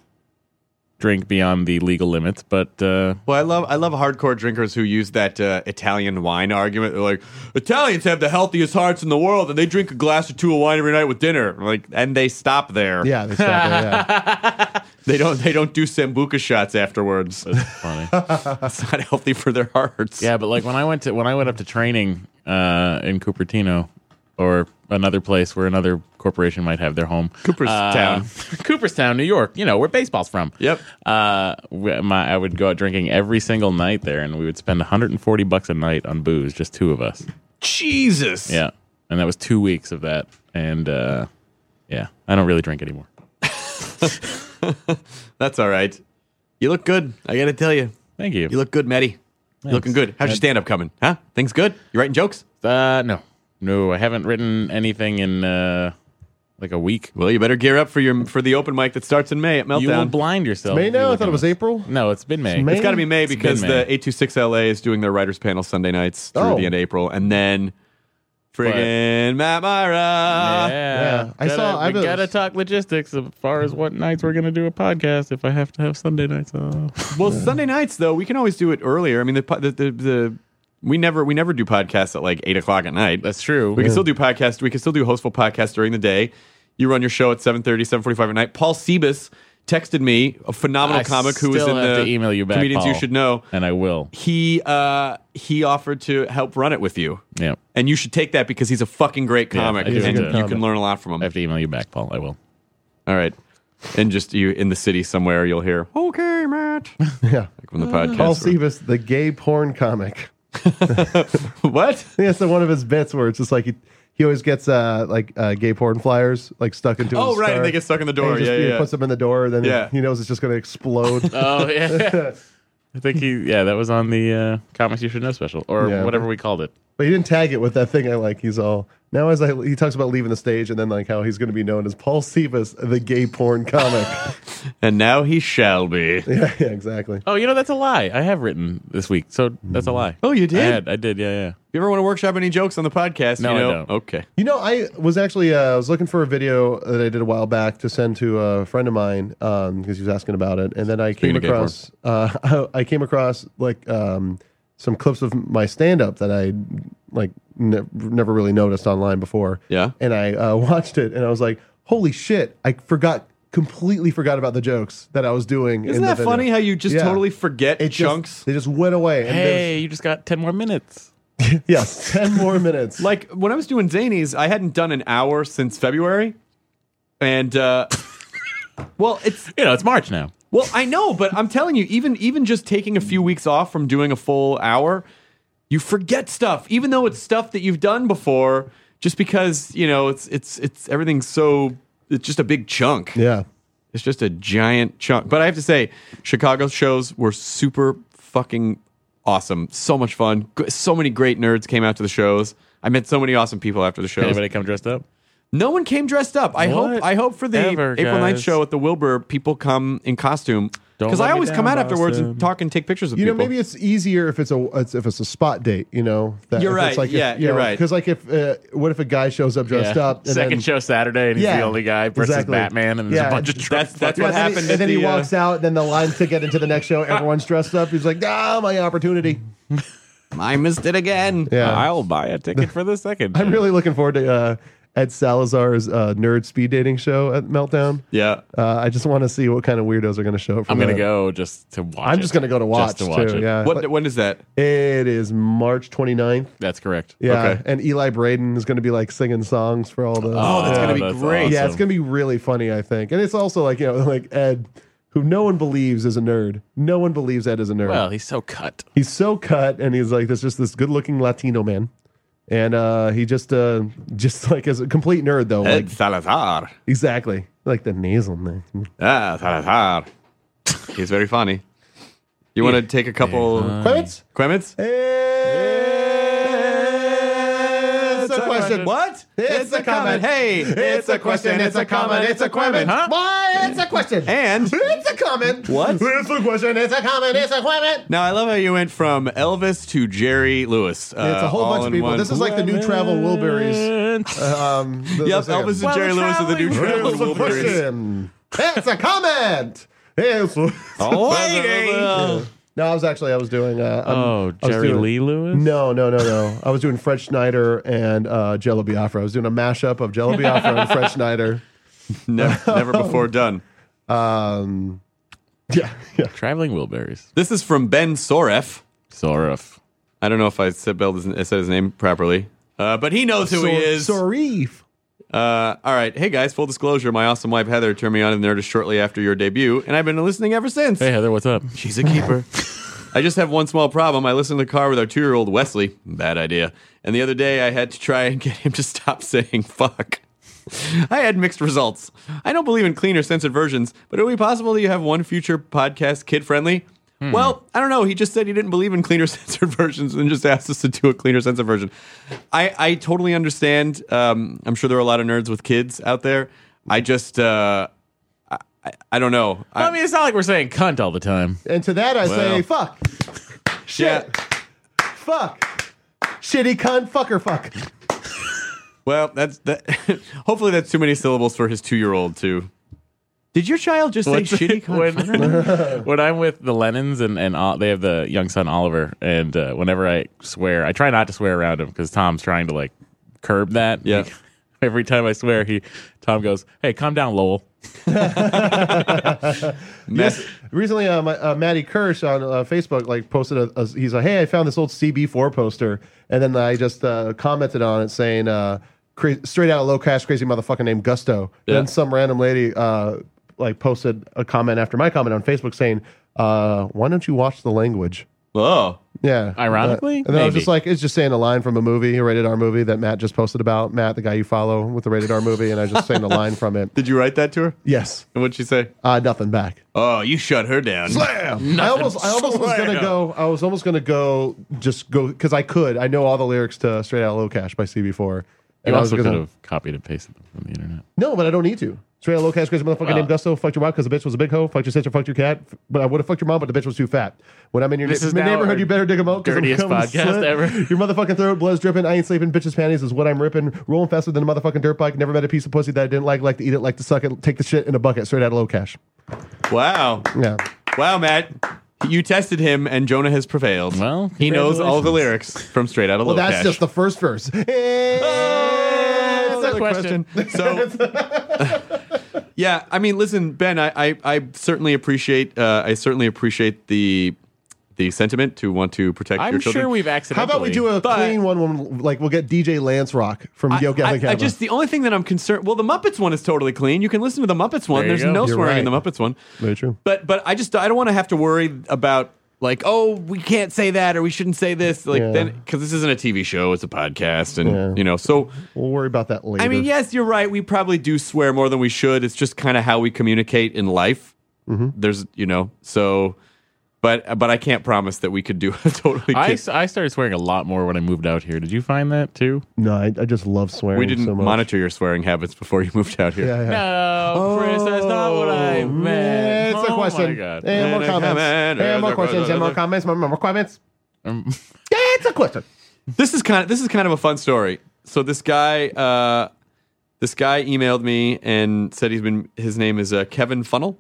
Speaker 3: drink beyond the legal limits, but uh,
Speaker 4: Well, I love I love hardcore drinkers who use that uh, Italian wine argument. They're like, Italians have the healthiest hearts in the world, and they drink a glass or two of wine every night with dinner. I'm Like, and they stop there.
Speaker 5: Yeah, they stop there, yeah.
Speaker 4: they don't they don't do sambuca shots afterwards.
Speaker 3: that's funny.
Speaker 4: That's not healthy for their hearts.
Speaker 3: yeah, but like when I went to when I went up to training uh, in Cupertino or another place where another corporation might have their home, Uh,
Speaker 4: Cooperstown.
Speaker 3: Cooperstown, New York. You know where baseball's from.
Speaker 4: Yep.
Speaker 3: Uh, we- my, I would go out drinking every single night there, and we would spend 140 bucks a night on booze, just two of us.
Speaker 4: Jesus.
Speaker 3: Yeah, and that was two weeks of that, and uh, yeah, I don't really drink anymore.
Speaker 4: That's all right. You look good. I got to tell you,
Speaker 3: Thank you.
Speaker 4: you look good, Matty. You Looking good. How's your stand up coming? Huh? Things good? You writing jokes?
Speaker 3: Uh, no, no, I haven't written anything in uh, like a week.
Speaker 4: Well, you better gear up for your for the open mic that starts in May at Meltdown.
Speaker 3: You will blind yourself.
Speaker 5: May
Speaker 3: if you
Speaker 5: now? I
Speaker 3: look
Speaker 5: thought
Speaker 3: at
Speaker 5: it was
Speaker 3: us.
Speaker 5: April.
Speaker 3: No, it's been May.
Speaker 5: It's May?
Speaker 4: it's got to be May because
Speaker 3: been May.
Speaker 4: the 826 LA is doing their writers panel Sunday nights through
Speaker 5: Oh.
Speaker 4: the end of April, and then friggin' Matt
Speaker 3: Yeah,
Speaker 4: Myra.
Speaker 5: I
Speaker 3: Gotta-
Speaker 5: saw- I
Speaker 3: we
Speaker 5: was-
Speaker 3: gotta talk logistics as far as what nights we're gonna do a podcast. If I have to have Sunday nights off,
Speaker 4: Well, Sunday nights though we can always do it earlier. I mean, the po- the the, the we never we never do podcasts at like eight o'clock at night.
Speaker 3: that's true.
Speaker 4: we can still do podcasts. We can still do hostful podcasts during the day. You run your show at 7.30, 7.45 at night. Paul Sebas texted me, a phenomenal
Speaker 3: I
Speaker 4: comic who was
Speaker 3: still
Speaker 4: in
Speaker 3: have
Speaker 4: the
Speaker 3: to email you back,
Speaker 4: comedians you
Speaker 3: Paul.
Speaker 4: should know.
Speaker 3: and I will.
Speaker 4: He uh, he offered to help run it with you.
Speaker 3: Yeah.
Speaker 4: And you should take that because he's a fucking great
Speaker 3: Yeah,
Speaker 4: comic,
Speaker 3: I do
Speaker 4: and
Speaker 3: have
Speaker 4: you
Speaker 3: to-
Speaker 4: can learn a lot from
Speaker 3: I
Speaker 4: him.
Speaker 3: have to email you back, Paul. I will.
Speaker 4: All right, and just you in the city somewhere, you'll hear "Okay, Matt" like
Speaker 5: Yeah.
Speaker 4: when the podcast.
Speaker 5: Paul Sebas, the gay porn comic.
Speaker 4: what?
Speaker 5: Yeah, so one of his bits where it's just like he, he always gets uh like uh, gay porn flyers like stuck into.
Speaker 4: Oh,
Speaker 5: his
Speaker 4: right, and
Speaker 5: car.
Speaker 4: they get stuck in the door.
Speaker 5: And he just-
Speaker 4: Yeah,
Speaker 5: he
Speaker 4: yeah.
Speaker 5: puts them in the door. Then
Speaker 4: Yeah.
Speaker 5: he knows it's just gonna explode.
Speaker 3: Oh yeah. I think he yeah, that was on the uh, comics you should know special or
Speaker 5: Yeah.
Speaker 3: whatever we called it.
Speaker 5: but he didn't tag it with that thing. I like. He's all now as I he talks about leaving the stage and then like how he's gonna be known as Paul Sebas, the gay porn comic.
Speaker 4: And now he shall be.
Speaker 5: yeah, yeah, exactly.
Speaker 3: Oh, you know that's a lie. I have written this week, so that's a
Speaker 5: Mm-hmm.
Speaker 3: lie.
Speaker 4: Oh, you did?
Speaker 3: I, had, I did. Yeah, yeah.
Speaker 4: You ever want to workshop any jokes on the podcast?
Speaker 3: No,
Speaker 4: you
Speaker 3: I
Speaker 4: know?
Speaker 3: don't.
Speaker 4: Okay.
Speaker 5: You know, I was actually uh, I was looking for a video that I did a while back to send to a friend of mine because he was asking about it, and then I
Speaker 4: Speaking
Speaker 5: came
Speaker 4: of gay porn.
Speaker 5: across uh, I came across like um, some clips of my stand up that I like ne- never really noticed online before.
Speaker 4: Yeah.
Speaker 5: and I uh, watched it, and I was like, "Holy shit!" I forgot completely forgot about the jokes that I was doing.
Speaker 4: Isn't
Speaker 5: in
Speaker 4: that
Speaker 5: the video.
Speaker 4: funny how you just
Speaker 5: Yeah.
Speaker 4: totally forget
Speaker 5: It just-
Speaker 4: chunks?
Speaker 5: they just went away. and
Speaker 3: Hey, you just got ten more minutes.
Speaker 5: there's- yes, ten more minutes.
Speaker 4: like when I was doing Zanies, I hadn't done an hour since February, and uh, well, it's
Speaker 3: You know, it's March now.
Speaker 4: well, I know, but I'm telling you, even even just taking a few weeks off from doing a full hour, you forget stuff, even though it's stuff that you've done before, just because you know it's it's it's everything's so it's just a big chunk.
Speaker 5: yeah,
Speaker 4: It's just a giant chunk. But I have to say, Chicago shows were super fucking awesome. So much fun. G- So many great nerds came out to the shows. I met so many awesome people after the shows.
Speaker 3: Anybody come dressed up?
Speaker 4: No one came dressed up. I
Speaker 3: What
Speaker 4: hope I hope for the
Speaker 3: ever,
Speaker 4: April 9th
Speaker 3: guys.
Speaker 4: show at the Wilbur, people come in costume.
Speaker 3: Don't
Speaker 4: Because
Speaker 3: let
Speaker 4: I
Speaker 3: me
Speaker 4: always
Speaker 3: down,
Speaker 4: come out afterwards and
Speaker 3: Boston.
Speaker 4: talk and take pictures of
Speaker 5: you
Speaker 4: people.
Speaker 5: know maybe it's easier if it's a it's- if it's a spot date you know that
Speaker 4: You're
Speaker 5: if
Speaker 4: right.
Speaker 5: it's like
Speaker 4: Yeah, you're right.
Speaker 5: because like if uh, what if a guy shows up dressed
Speaker 3: Yeah.
Speaker 5: up and
Speaker 3: Second
Speaker 5: then,
Speaker 3: show Saturday, and he's
Speaker 5: Yeah,
Speaker 3: the only guy versus
Speaker 5: exactly.
Speaker 3: Batman, and there's
Speaker 5: Yeah.
Speaker 3: a bunch of
Speaker 4: that's
Speaker 3: trucks.
Speaker 4: that's
Speaker 5: Yeah,
Speaker 4: what
Speaker 5: then he-
Speaker 4: happened.
Speaker 5: and
Speaker 4: at
Speaker 5: then he
Speaker 4: the, uh,
Speaker 5: walks out then the lines to get into the next show everyone's dressed up he's like ah my opportunity
Speaker 4: I missed it again.
Speaker 5: Yeah.
Speaker 3: I'll buy a ticket for the second.
Speaker 5: i'm really looking forward to uh ed salazar's uh nerd speed dating show at meltdown
Speaker 4: Yeah.
Speaker 5: uh i just want to see what kind of weirdos are going to show up for
Speaker 3: I'm gonna
Speaker 5: that.
Speaker 3: go just to watch.
Speaker 5: i'm just
Speaker 3: it.
Speaker 5: going to go to watch,
Speaker 3: Just to watch
Speaker 5: too
Speaker 3: it.
Speaker 5: yeah
Speaker 4: What, when is that?
Speaker 5: it is march 29th
Speaker 3: That's correct.
Speaker 5: yeah
Speaker 4: Okay.
Speaker 5: and eli braden is going to be like singing songs for all the
Speaker 4: Oh, that's
Speaker 5: Yeah.
Speaker 4: gonna be great.
Speaker 5: Yeah, it's gonna be really funny, I think. And it's also like, you know, like Ed, who no one believes is a nerd. No one believes Ed is a nerd.
Speaker 3: Well, he's so cut.
Speaker 5: he's so cut and he's like this just this good looking Latino man. And uh he just uh just like is a complete nerd though. Like
Speaker 4: Ed Salazar.
Speaker 5: exactly. Like the nasal neck.
Speaker 4: Ah, Salazar. He's very funny. You want to take a couple
Speaker 5: Clements?
Speaker 4: Quemits?
Speaker 5: It's a question.
Speaker 4: What?
Speaker 5: It's a comment.
Speaker 4: Hey,
Speaker 5: It's a question, it's a comment, it's a question.
Speaker 3: Huh?
Speaker 5: Why Uh, it's a question.
Speaker 4: And
Speaker 5: it's a comment.
Speaker 4: What?
Speaker 5: It's a question, it's a comment, it's a comment.
Speaker 4: now I love how you went from Elvis to Jerry Lewis. Uh,
Speaker 5: it's a whole
Speaker 4: all
Speaker 5: bunch
Speaker 4: in
Speaker 5: of people.
Speaker 4: one.
Speaker 5: This is like the new Travel Wilburys. Um, the-
Speaker 4: Yep,
Speaker 5: the second-
Speaker 4: Elvis and Jerry Lewis are the new Travel
Speaker 5: Here's a
Speaker 4: Wilburys.
Speaker 5: question. It's a comment. It's a-
Speaker 4: Lady.
Speaker 5: No, I was actually I was doing. Uh, I'm-
Speaker 3: Oh,
Speaker 5: I was
Speaker 3: Jerry
Speaker 5: doing-
Speaker 3: Lee Lewis?
Speaker 5: No, no, no, no. I was doing Fred Schneider and uh, Jello Biafra. I was doing a mashup of Jello Biafra and Fred Schneider.
Speaker 4: Never, never before done.
Speaker 5: Um, yeah, yeah.
Speaker 3: Traveling Wilburys.
Speaker 4: This is from Ben Soref.
Speaker 3: Sorif.
Speaker 4: I don't know if I said, Bell doesn't- I said his name properly, uh, but he knows who he is.
Speaker 5: Sorry.
Speaker 4: Uh, all right. Hey, guys, full disclosure my awesome wife Heather turned me on to the Nerdist shortly after your debut, and I've been listening ever since.
Speaker 3: Hey Heather, what's up?
Speaker 4: She's a keeper. I just have one small problem. I listen to the car with our two year old Wesley. Bad idea. And the other day, I had to try and get him to stop saying fuck. I had mixed results. I don't believe in clean or censored versions, but it would be possible that you have one future podcast kid friendly.
Speaker 3: Hmm.
Speaker 4: Well, I don't know. He just said he didn't believe in cleaner censored versions and just asked us to do a cleaner censored version. I, I totally understand. Um, I'm sure there are a lot of nerds with kids out there. I just, uh, I, I, I don't know.
Speaker 3: I mean, it's not like we're saying cunt all the time.
Speaker 5: And to that I say, fuck,
Speaker 4: shit.
Speaker 5: fuck, shitty cunt, fucker, fuck.
Speaker 4: Well, that's that. Hopefully, that's too many syllables for his two-year-old too. Did your child just
Speaker 3: What's- when, when I'm with the Lennons and and uh, they have the young son Oliver, and uh, whenever I swear, I try not to swear around him because Tom's trying to like curb that.
Speaker 4: Yeah.
Speaker 3: every time I swear, he Tom goes, "Hey, calm down, Lowell."
Speaker 5: Yes. Recently, uh, my, uh, Matty Kirsch on uh, Facebook like posted a, a- he's like, hey, I found this old CB4 poster, and then I just uh, commented on it saying, uh, cra- straight out of low cash, crazy motherfucker named Gusto.
Speaker 4: Yeah.
Speaker 5: Then some random lady uh, like posted a comment after my comment on Facebook saying, uh, why don't you watch the language?
Speaker 4: Oh,
Speaker 5: Yeah.
Speaker 3: Ironically?
Speaker 5: Uh, and then I was just
Speaker 3: Maybe.
Speaker 5: like, it's just saying a line from a movie, a rated R movie that Matt just posted about. Matt, the guy you follow with the rated R movie, and I just saying a line from it.
Speaker 4: did you write that to her?
Speaker 5: Yes.
Speaker 4: And what'd she say?
Speaker 5: Uh, nothing back.
Speaker 4: Oh, you shut her down.
Speaker 5: I almost, I almost was gonna go. I was almost gonna go, just go because I could. I know all the lyrics to "Straight Outta Low Cash" by CB4.
Speaker 3: You
Speaker 5: I was
Speaker 3: also could
Speaker 5: gonna-
Speaker 3: have copied and pasted them from the internet.
Speaker 5: No, but I don't need to. Straight Outta Low Cash, crazy
Speaker 3: Ah.
Speaker 5: motherfucker named Gusto. Fucked your wife because the bitch was a big hoe. Fucked your sister, fucked your cat. F- But I would have fucked your mom, but the bitch was too fat. When I'm in your
Speaker 3: This
Speaker 5: ne-
Speaker 3: is now
Speaker 5: neighborhood,
Speaker 3: our
Speaker 5: you better dig them out. 'cause I'm
Speaker 3: dirtiest
Speaker 5: coming to
Speaker 3: podcast
Speaker 5: slit.
Speaker 3: ever.
Speaker 5: Your motherfucking throat, blood's dripping. I ain't sleeping. Bitches panties is what I'm ripping. Rolling faster than a motherfucking dirt bike. Never met a piece of pussy that I didn't like. Like to eat it, like to suck it. Take the shit in a bucket. Straight Outta Low Cash.
Speaker 4: Wow.
Speaker 5: Yeah.
Speaker 4: Wow, Matt. You tested him, and Jonah has prevailed.
Speaker 3: Well,
Speaker 4: he knows all the
Speaker 3: congratulations.
Speaker 4: lyrics from Straight Out of
Speaker 5: Well,
Speaker 4: Low
Speaker 5: that's
Speaker 4: Cash.
Speaker 5: just the first verse.
Speaker 4: That's
Speaker 3: the
Speaker 4: the
Speaker 3: question.
Speaker 4: So, yeah, I mean, listen, Ben, I, I, I certainly appreciate, uh, I certainly appreciate the, the sentiment to want to protect
Speaker 3: I'm
Speaker 4: your children.
Speaker 3: sure we've
Speaker 5: How
Speaker 3: accidentally.
Speaker 5: about we do a
Speaker 4: But-
Speaker 5: clean one? When, like we'll get DJ Lance Rock from
Speaker 4: I,
Speaker 5: Yo
Speaker 4: I-
Speaker 5: Gabba
Speaker 4: I
Speaker 5: Gabba.
Speaker 4: just the only thing that I'm concerned. Well, the Muppets one is totally clean. You can listen to the Muppets one.
Speaker 3: There you
Speaker 4: There's
Speaker 3: go.
Speaker 4: no
Speaker 3: You're
Speaker 4: swearing in the
Speaker 5: right.
Speaker 4: Muppets one.
Speaker 5: Very true.
Speaker 4: But but I just I don't want to have to worry about like oh we can't say that or we shouldn't say this like
Speaker 5: Yeah.
Speaker 4: then because this isn't a TV show. It's a podcast and
Speaker 5: Yeah.
Speaker 4: you know so.
Speaker 5: We'll worry about that later.
Speaker 4: I mean, yes, you're right. We probably do swear more than we should. It's just kind of how we communicate in life.
Speaker 5: Mm-hmm.
Speaker 4: There's, you know, so, but but I can't promise that we could do a totally.
Speaker 3: I,
Speaker 4: kid-
Speaker 3: s- I started swearing a lot more when I moved out here. Did you find that too?
Speaker 5: No, I, I just love swearing.
Speaker 4: we didn't
Speaker 5: so much.
Speaker 4: monitor your swearing habits before you moved out here.
Speaker 5: Yeah, yeah.
Speaker 3: No, Chris, that's not what I
Speaker 5: Yeah,
Speaker 3: meant.
Speaker 5: Oh, it's a
Speaker 3: oh
Speaker 5: question.
Speaker 3: My God.
Speaker 5: And more
Speaker 4: And a
Speaker 5: comments.
Speaker 4: comment.
Speaker 5: And more
Speaker 4: Another
Speaker 5: questions. And
Speaker 4: question.
Speaker 5: more comments. More, more comments.
Speaker 3: Um,
Speaker 5: Yeah, it's a question.
Speaker 4: This is kind of this is kind of a fun story. So this guy, uh, this guy emailed me and said he's been his name is uh, Kevin Funnel.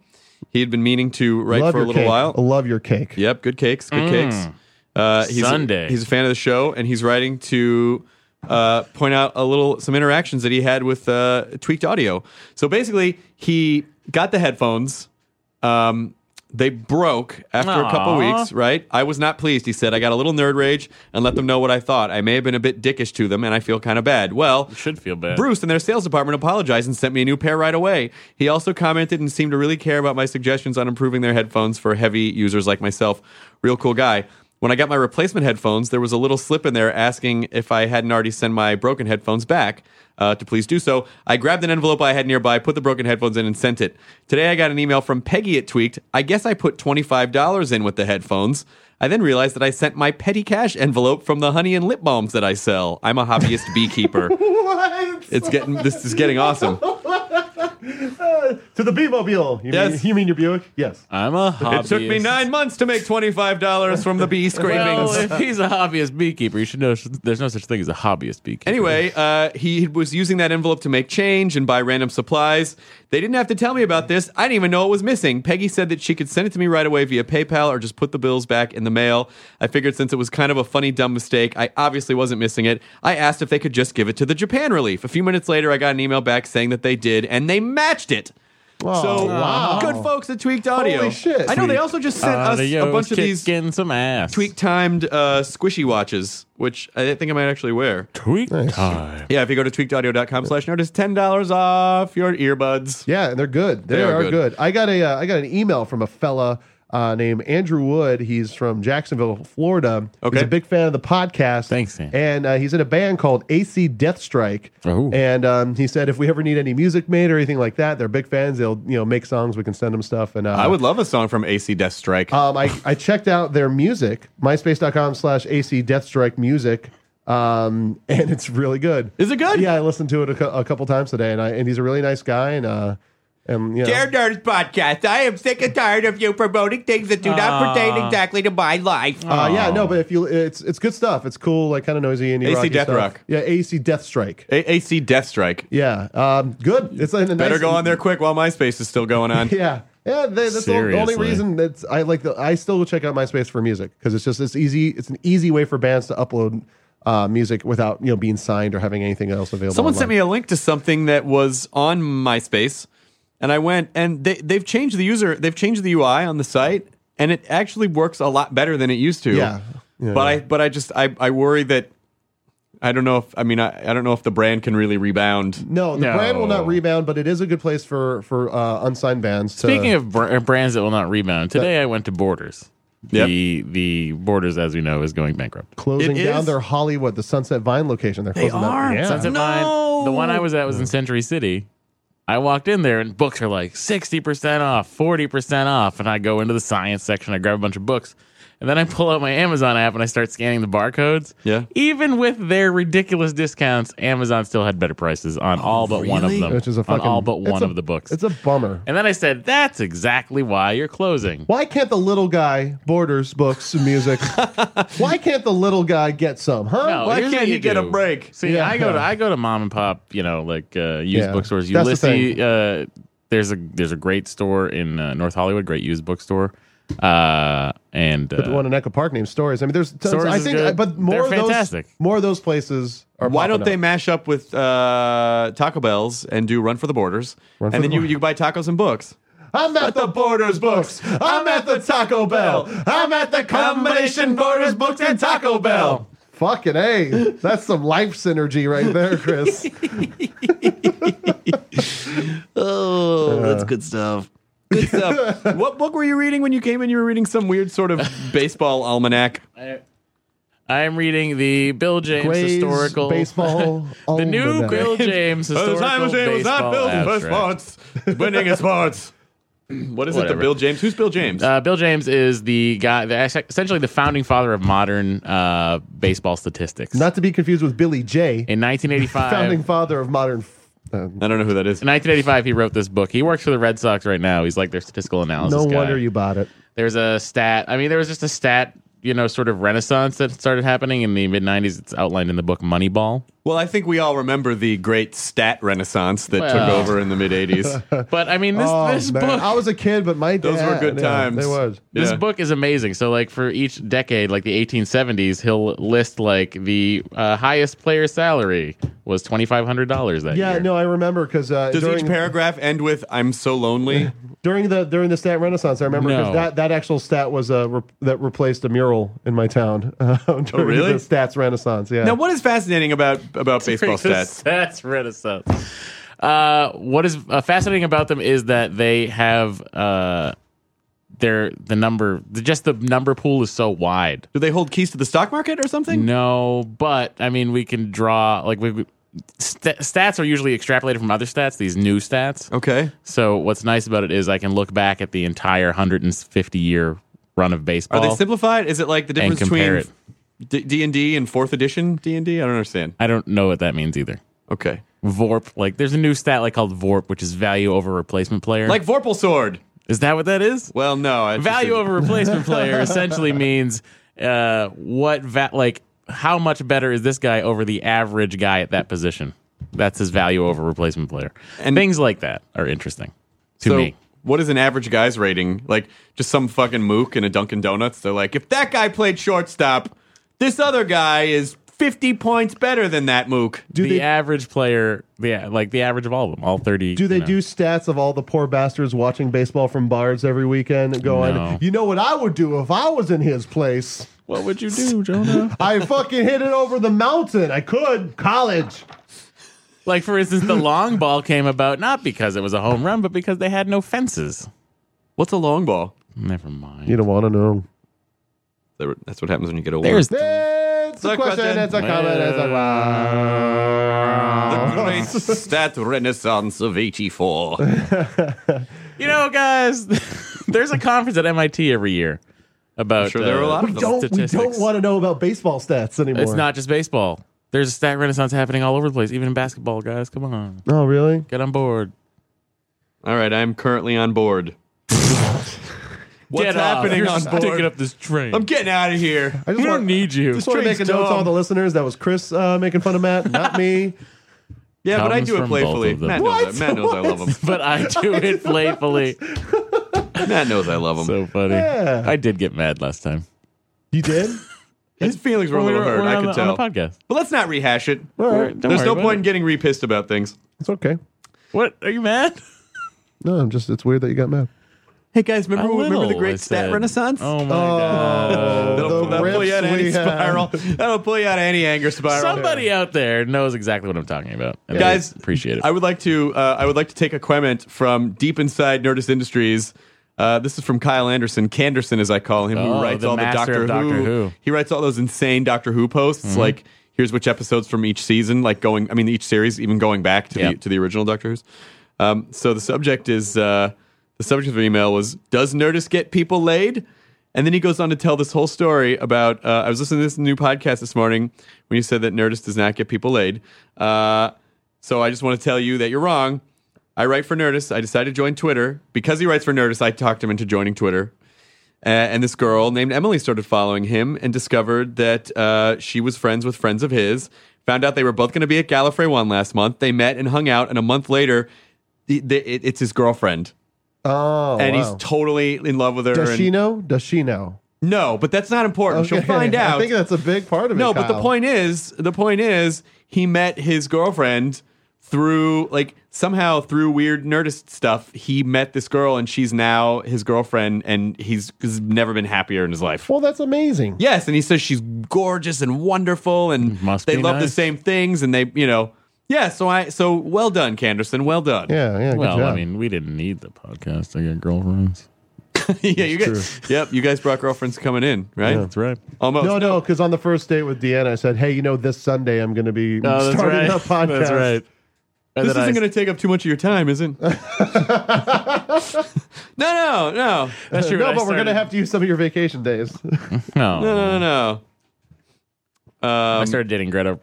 Speaker 4: He had been meaning to write
Speaker 5: love
Speaker 4: for a
Speaker 5: your
Speaker 4: little
Speaker 5: cake.
Speaker 4: while.
Speaker 5: Love your cake.
Speaker 4: Yep, good cakes, good cakes. Uh, he's
Speaker 3: Mm. Sunday.
Speaker 4: he's a fan of the show, and he's writing to uh, point out a little some interactions that he had with uh, tweaked audio. So basically, he got the headphones. Um, they broke after a couple
Speaker 3: Aw.
Speaker 4: weeks, right? I was not pleased. He said, "I got a little nerd rage and let them know what I thought. I may have been a bit dickish to them, and I feel kind of bad." Well,
Speaker 3: should feel bad.
Speaker 4: Bruce and their sales department apologized and sent me a new pair right away. He also commented and seemed to really care about my suggestions on improving their headphones for heavy users like myself. Real cool guy. When I got my replacement headphones, there was a little slip in there asking if I hadn't already sent my broken headphones back uh, to please do so. I grabbed an envelope I had nearby, put the broken headphones in, and sent it. Today I got an email from Peggy at Tweaked. I guess I put $25 in with the headphones. I then realized that I sent my petty cash envelope from the honey and lip balms that I sell. I'm a hobbyist beekeeper.
Speaker 5: What?
Speaker 4: It's getting this is getting awesome.
Speaker 5: To the B-Mobile. You,
Speaker 4: Yes.
Speaker 5: mean, you mean your Buick? Yes.
Speaker 3: I'm a hobbyist.
Speaker 4: It took me nine months to make twenty five dollars from the bee scrapings.
Speaker 3: Well, if he's a hobbyist beekeeper, you should know s- there's no such thing as a hobbyist beekeeper.
Speaker 4: Anyway, uh, he was using that envelope to make change and buy random supplies. They didn't have to tell me about this. I didn't even know it was missing. Peggy said that she could send it to me right away via PayPal or just put the bills back in the mail. I figured since it was kind of a funny, dumb mistake, I obviously wasn't missing it. I asked if they could just give it to the Japan relief. A few minutes later, I got an email back saying that they did, and they matched it. so,
Speaker 5: wow.
Speaker 4: good folks at Tweaked Audio.
Speaker 5: Holy shit.
Speaker 4: I know they also just sent us a
Speaker 3: Adios,
Speaker 4: bunch of these
Speaker 3: kicking some ass.
Speaker 4: tweak timed uh, squishy watches, which I think I might actually wear.
Speaker 3: tweak time.
Speaker 4: Yeah, if you go to tweakedaudio.com slash nerd, it's ten dollars off your earbuds.
Speaker 5: Yeah, and they're good. They,
Speaker 4: They are
Speaker 5: are,
Speaker 4: good.
Speaker 5: good. I got a uh, I got an email from a fella uh, named Andrew Wood. He's from Jacksonville, Florida.
Speaker 4: Okay.
Speaker 5: He's a big fan of the podcast.
Speaker 3: Thanks, Sam.
Speaker 5: And uh, he's in a band called AC Death Strike.
Speaker 3: Oh.
Speaker 5: And um, he said if we ever need any music made or anything like that, they're big fans. They'll you know make songs. We can send them stuff. And uh,
Speaker 4: I would love a song from AC Death Strike.
Speaker 5: um, I, I checked out their music, myspace.com slash AC Deathstrike Music, um, and it's really good.
Speaker 4: Is it good?
Speaker 5: Yeah, I listened to it a, cou- a couple times today, and I and he's a really nice guy, and uh, and you know,
Speaker 6: Dear Nerds Podcast, I am sick and tired of you promoting things that do not pertain exactly to my life.
Speaker 5: Uh, yeah, no, but if you, it's it's good stuff. It's cool, like kind of noisy and
Speaker 4: AC
Speaker 5: rocky
Speaker 4: Oh. Death
Speaker 5: stuff.
Speaker 4: Rock.
Speaker 5: Yeah, AC Death Strike.
Speaker 4: A- AC Death Strike.
Speaker 5: Yeah, um, good. It's like a
Speaker 4: Better
Speaker 5: nice-
Speaker 4: go on there quick while MySpace is still going on.
Speaker 5: Yeah, yeah. They, that's the only
Speaker 3: Seriously.
Speaker 5: reason that's I like. The, I still check out MySpace for music because it's just it's easy. It's an easy way for bands to upload uh, music without you know being signed or having anything else available.
Speaker 4: Someone
Speaker 5: online.
Speaker 4: sent me a link to something that was on MySpace, and I went and they they've changed the user, they've changed the UI on the site, and it actually works a lot better than it used to.
Speaker 5: Yeah. Yeah,
Speaker 4: but
Speaker 5: yeah.
Speaker 4: I but I just I, I worry that I don't know if I mean I, I don't know if the brand can really rebound.
Speaker 5: No, the brand will not
Speaker 3: No.
Speaker 5: rebound, but it is a good place for for uh, unsigned bands. To,
Speaker 3: Speaking of br- brands that will not rebound, today I went to Borders. The the Borders, as we know, is going bankrupt.
Speaker 5: closing
Speaker 4: It
Speaker 5: down
Speaker 4: is?
Speaker 5: their Hollywood, the Sunset Vine location, they're
Speaker 4: They
Speaker 5: closing
Speaker 4: are
Speaker 5: that. Yeah.
Speaker 3: Sunset Vine, the one I was at was in Century City. I walked in there and books are like 60% off, 40% off. And I go into the science section, I grab a bunch of books, and then I pull out my Amazon app and I start scanning the barcodes.
Speaker 4: Yeah.
Speaker 3: Even with their ridiculous discounts, Amazon still had better prices on all but one of
Speaker 4: Oh, really?
Speaker 3: them.
Speaker 5: which is a fucking
Speaker 3: on all but
Speaker 5: it's
Speaker 3: one
Speaker 5: a-
Speaker 3: of the books.
Speaker 5: It's a bummer.
Speaker 3: and then I said, that's exactly why you're closing.
Speaker 5: Why can't the little guy borders books and music? Why can't the little guy get some? Huh?
Speaker 3: No,
Speaker 4: Why
Speaker 3: here's
Speaker 4: can't
Speaker 3: what
Speaker 4: you get a
Speaker 3: do.
Speaker 4: break?
Speaker 3: See,
Speaker 5: Yeah.
Speaker 3: I go to I go to mom and pop, you know, like uh, used
Speaker 5: Yeah.
Speaker 3: bookstores.
Speaker 5: That's the
Speaker 3: Ulysses, uh, there's a there's a great store in uh, North Hollywood, great used bookstore, uh, and uh,
Speaker 5: The one in Echo Park named Stories. I mean, there's tons.
Speaker 3: Stories
Speaker 5: I
Speaker 3: is
Speaker 5: think,
Speaker 3: good.
Speaker 5: but more
Speaker 3: They're
Speaker 5: of those,
Speaker 3: fantastic.
Speaker 5: more of those places are.
Speaker 4: Why
Speaker 5: popping
Speaker 4: don't they
Speaker 5: up.
Speaker 4: mash up with uh, Taco Bell's and do Run for the Borders,
Speaker 5: Run for
Speaker 4: and
Speaker 5: the
Speaker 4: then you
Speaker 5: Bor-
Speaker 4: you buy tacos and books.
Speaker 5: I'm at the Borders Books. I'm at the Taco Bell. I'm at the combination Borders Books and Taco Bell. Fucking A. That's some life synergy right there, Chris.
Speaker 4: Oh, that's good stuff. Good stuff. what book were you reading when you came in? You were reading some weird sort of baseball almanac.
Speaker 3: uh, I'm reading the Bill James
Speaker 5: Gray's
Speaker 3: historical
Speaker 5: baseball.
Speaker 3: the new
Speaker 5: Almanac.
Speaker 3: Bill James historical baseball abstract.
Speaker 4: sports, winning is sports. What is it? The
Speaker 3: Whatever.
Speaker 4: Bill James? Who's Bill James?
Speaker 3: Uh, Bill James is the guy, the, essentially the founding father of modern uh, baseball statistics.
Speaker 5: Not to be confused with Billy J,
Speaker 3: in 1985,
Speaker 5: founding father of modern. f- Uh,
Speaker 4: I don't know who that is.
Speaker 3: In 1985, he wrote this book. He works for the Red Sox right now. He's like their statistical analysis.
Speaker 5: no
Speaker 3: guy.
Speaker 5: wonder you bought it.
Speaker 3: There's a stat. I mean, there was just a stat, you know, sort of renaissance that started happening in the mid 90s. It's outlined in the book Moneyball.
Speaker 4: Well, I think we all remember the great stat renaissance that took
Speaker 3: Well.
Speaker 4: over in the mid 80s.
Speaker 3: But I mean, this
Speaker 5: Oh,
Speaker 3: this
Speaker 5: man.
Speaker 3: book
Speaker 5: I was a kid, but my
Speaker 4: Those were
Speaker 5: dad-
Speaker 4: good
Speaker 5: yeah,
Speaker 4: times.
Speaker 5: They was.
Speaker 3: This
Speaker 4: Yeah.
Speaker 3: book is amazing. So, like for each decade, like the 1870s, he'll list like the uh, highest player salary was twenty five hundred dollars that
Speaker 5: Yeah,
Speaker 3: year.
Speaker 5: no, I remember because uh,
Speaker 4: Does
Speaker 5: during
Speaker 4: each paragraph end with "I'm so lonely"?
Speaker 5: during the during the stat renaissance, I remember 'cause
Speaker 3: No.
Speaker 5: that, that actual stat was uh, re- that replaced a mural in my town. Uh, during
Speaker 4: really?
Speaker 5: The stats renaissance. Yeah.
Speaker 4: Now, what is fascinating about about baseball stats?
Speaker 3: That's renaissance. Uh, what is uh, fascinating about them is that they have uh, their the number, just the number pool is so wide.
Speaker 4: Do they hold keys to the stock market or something?
Speaker 3: No, but I mean, we can draw like we, we st- stats are usually extrapolated from other stats. These new stats.
Speaker 4: Okay.
Speaker 3: So what's nice about it is I can look back at the entire 150 year run of
Speaker 4: Are
Speaker 3: baseball.
Speaker 4: they simplified? Is it like the difference
Speaker 3: compare
Speaker 4: between D and D and fourth edition D and D? I don't understand.
Speaker 3: I don't know what that means either.
Speaker 4: Okay.
Speaker 3: Vorp, like there's a new stat like called Vorp, which is value over replacement player.
Speaker 4: Like Vorpal Sword.
Speaker 3: is that what that is?
Speaker 4: Well, no. I just-
Speaker 3: value over replacement player essentially means uh, what va- like how much better is this guy over the average guy at that position? That's his value over replacement player.
Speaker 4: And-
Speaker 3: And things like that are interesting to
Speaker 4: so,
Speaker 3: me.
Speaker 4: What is an average guy's rating? Like just some fucking mook in a Dunkin' Donuts. They're like, if that guy played shortstop, this other guy is fifty points better than that mook.
Speaker 5: do
Speaker 3: the
Speaker 5: they
Speaker 3: average player, yeah, like the average of all of them, all 30.
Speaker 5: do they
Speaker 3: you know.
Speaker 5: do stats of all the poor bastards watching baseball from bars every weekend, going,
Speaker 3: No.
Speaker 5: "You know what I would do if I was in his place?
Speaker 3: What would you do, Jonah?
Speaker 5: I fucking hit it over the mountain. I could college."
Speaker 3: Like, for instance, the long ball came about not because it was a home run, but because they had no fences.
Speaker 4: What's a long ball?
Speaker 3: Never mind.
Speaker 5: You don't want to know.
Speaker 4: There- That's what happens when you get older.
Speaker 3: There's
Speaker 5: It's a
Speaker 4: a
Speaker 5: question.
Speaker 4: question.
Speaker 5: It's a comment. It's a
Speaker 4: the great stat renaissance of '84.
Speaker 3: You know, guys, there's a conference at MIT every year about. uh,
Speaker 4: sure there are a lot of
Speaker 5: We don't. We don't
Speaker 3: statistics.
Speaker 5: want to know about baseball stats anymore.
Speaker 3: It's not just baseball. There's a stat renaissance happening all over the place, even in basketball, guys. Come on,
Speaker 5: Oh, really?
Speaker 3: get on board.
Speaker 4: All right, I'm currently on board. What's
Speaker 3: get
Speaker 4: happening
Speaker 3: off.
Speaker 4: on
Speaker 3: You're
Speaker 4: board?
Speaker 3: Sticking up this train.
Speaker 4: I'm getting out of here.
Speaker 5: I just
Speaker 3: we
Speaker 5: want-
Speaker 3: don't need you.
Speaker 5: Just want to make a note to all the listeners. That was Chris uh, making fun of Matt, not me.
Speaker 4: Yeah, but I
Speaker 3: Comes
Speaker 4: do it
Speaker 3: from both
Speaker 4: playfully.
Speaker 3: of them.
Speaker 4: Matt
Speaker 5: What?
Speaker 4: knows, I, Matt knows I love him.
Speaker 3: but I do it playfully.
Speaker 4: Matt knows I love him.
Speaker 3: so funny.
Speaker 5: Yeah.
Speaker 3: I did get mad last time.
Speaker 5: You did?
Speaker 4: His feelings were a
Speaker 3: When we
Speaker 4: little hurt.
Speaker 3: when we
Speaker 4: I
Speaker 3: on
Speaker 4: could
Speaker 3: the,
Speaker 4: tell.
Speaker 3: On the podcast.
Speaker 4: But let's not rehash it.
Speaker 5: All right.
Speaker 3: Don't
Speaker 4: There's
Speaker 3: worry
Speaker 4: no
Speaker 3: about
Speaker 4: point in
Speaker 3: it.
Speaker 4: getting repissed about things.
Speaker 5: It's okay.
Speaker 3: What are you mad?
Speaker 5: No, I'm just. It's weird that you got mad.
Speaker 4: Hey guys, remember
Speaker 3: A
Speaker 4: remember the
Speaker 3: little, I
Speaker 4: great stat
Speaker 3: said.
Speaker 4: renaissance?
Speaker 3: Oh my god!
Speaker 5: the
Speaker 4: that'll, that'll pull you
Speaker 5: riffs
Speaker 4: out of any
Speaker 5: we had.
Speaker 4: spiral. That'll pull you out of any anger spiral.
Speaker 3: Somebody out there knows exactly what I'm talking about. and
Speaker 4: Guys,
Speaker 3: I appreciate it.
Speaker 4: I would like to. Uh, I would like to take a comment from deep inside Nerdist Industries. Uh, this is from Kyle Anderson, Canderson, as I call him,
Speaker 3: Oh,
Speaker 4: who writes
Speaker 3: the
Speaker 4: all the
Speaker 3: master
Speaker 4: Doctor,
Speaker 3: of Doctor
Speaker 4: Who.
Speaker 3: Who.
Speaker 4: He writes all those insane Doctor Who posts, like here's which episodes from each season, like going. I mean, each series, even going back to the
Speaker 3: Yep.
Speaker 4: to the original Doctor Who's. Um, so the subject is uh, the subject of the email was Does Nerdist get people laid? And then he goes on to tell this whole story about. Uh, I was listening to this new podcast this morning when you said that Nerdist does not get people laid. Uh, so I just want to tell you that you're wrong. I write for Nerdist. I decided to join Twitter because he writes for Nerdist. I talked him into joining Twitter. Uh, and this girl named Emily started following him and discovered that uh, she was friends with friends of his. Found out they were both going to be at Gallifrey One last month. They met and hung out, and a month later, the, the, it, it's his girlfriend,
Speaker 5: Oh,
Speaker 4: and
Speaker 5: wow.
Speaker 4: he's totally in love with her.
Speaker 5: Does
Speaker 4: and-
Speaker 5: she know? Does she know?
Speaker 4: No, but that's not important. She'll
Speaker 5: Okay.
Speaker 4: find out.
Speaker 5: I think that's a big part of it.
Speaker 4: No, but the
Speaker 5: Kyle.
Speaker 4: point is, the point is, he met his girlfriend through like somehow through weird nerdist stuff. He met this girl, and she's now his girlfriend, and he's, he's never been happier in his life.
Speaker 5: Well, that's amazing.
Speaker 4: Yes, and he says she's gorgeous and wonderful, and
Speaker 3: Mm, Must
Speaker 4: they
Speaker 3: be
Speaker 4: love the
Speaker 3: nice.
Speaker 4: same things, and they, you know, yeah. So I, so well done, Canderson. Well done.
Speaker 5: Yeah, yeah. Good
Speaker 3: well,
Speaker 5: job.
Speaker 3: I mean, we didn't need the podcast to get girlfriends.
Speaker 4: yeah. You guys, yep. You guys brought girlfriends coming in, right?
Speaker 3: That's right.
Speaker 4: Almost.
Speaker 5: no, no, because on the first date with Deanna, I said, "Hey, you know, this Sunday I'm going to be
Speaker 3: Oh, that's
Speaker 5: starting
Speaker 3: right.
Speaker 5: a podcast."
Speaker 3: That's right. And
Speaker 4: This
Speaker 3: then I-
Speaker 4: isn't going to take up too much of your time, is it? no, no, no.
Speaker 3: That's true.
Speaker 5: No,
Speaker 3: I
Speaker 5: but we're going to
Speaker 3: started-
Speaker 5: have to use some of your vacation days.
Speaker 3: No.
Speaker 4: No, no, no.
Speaker 3: I
Speaker 4: Um,
Speaker 3: started dating Greta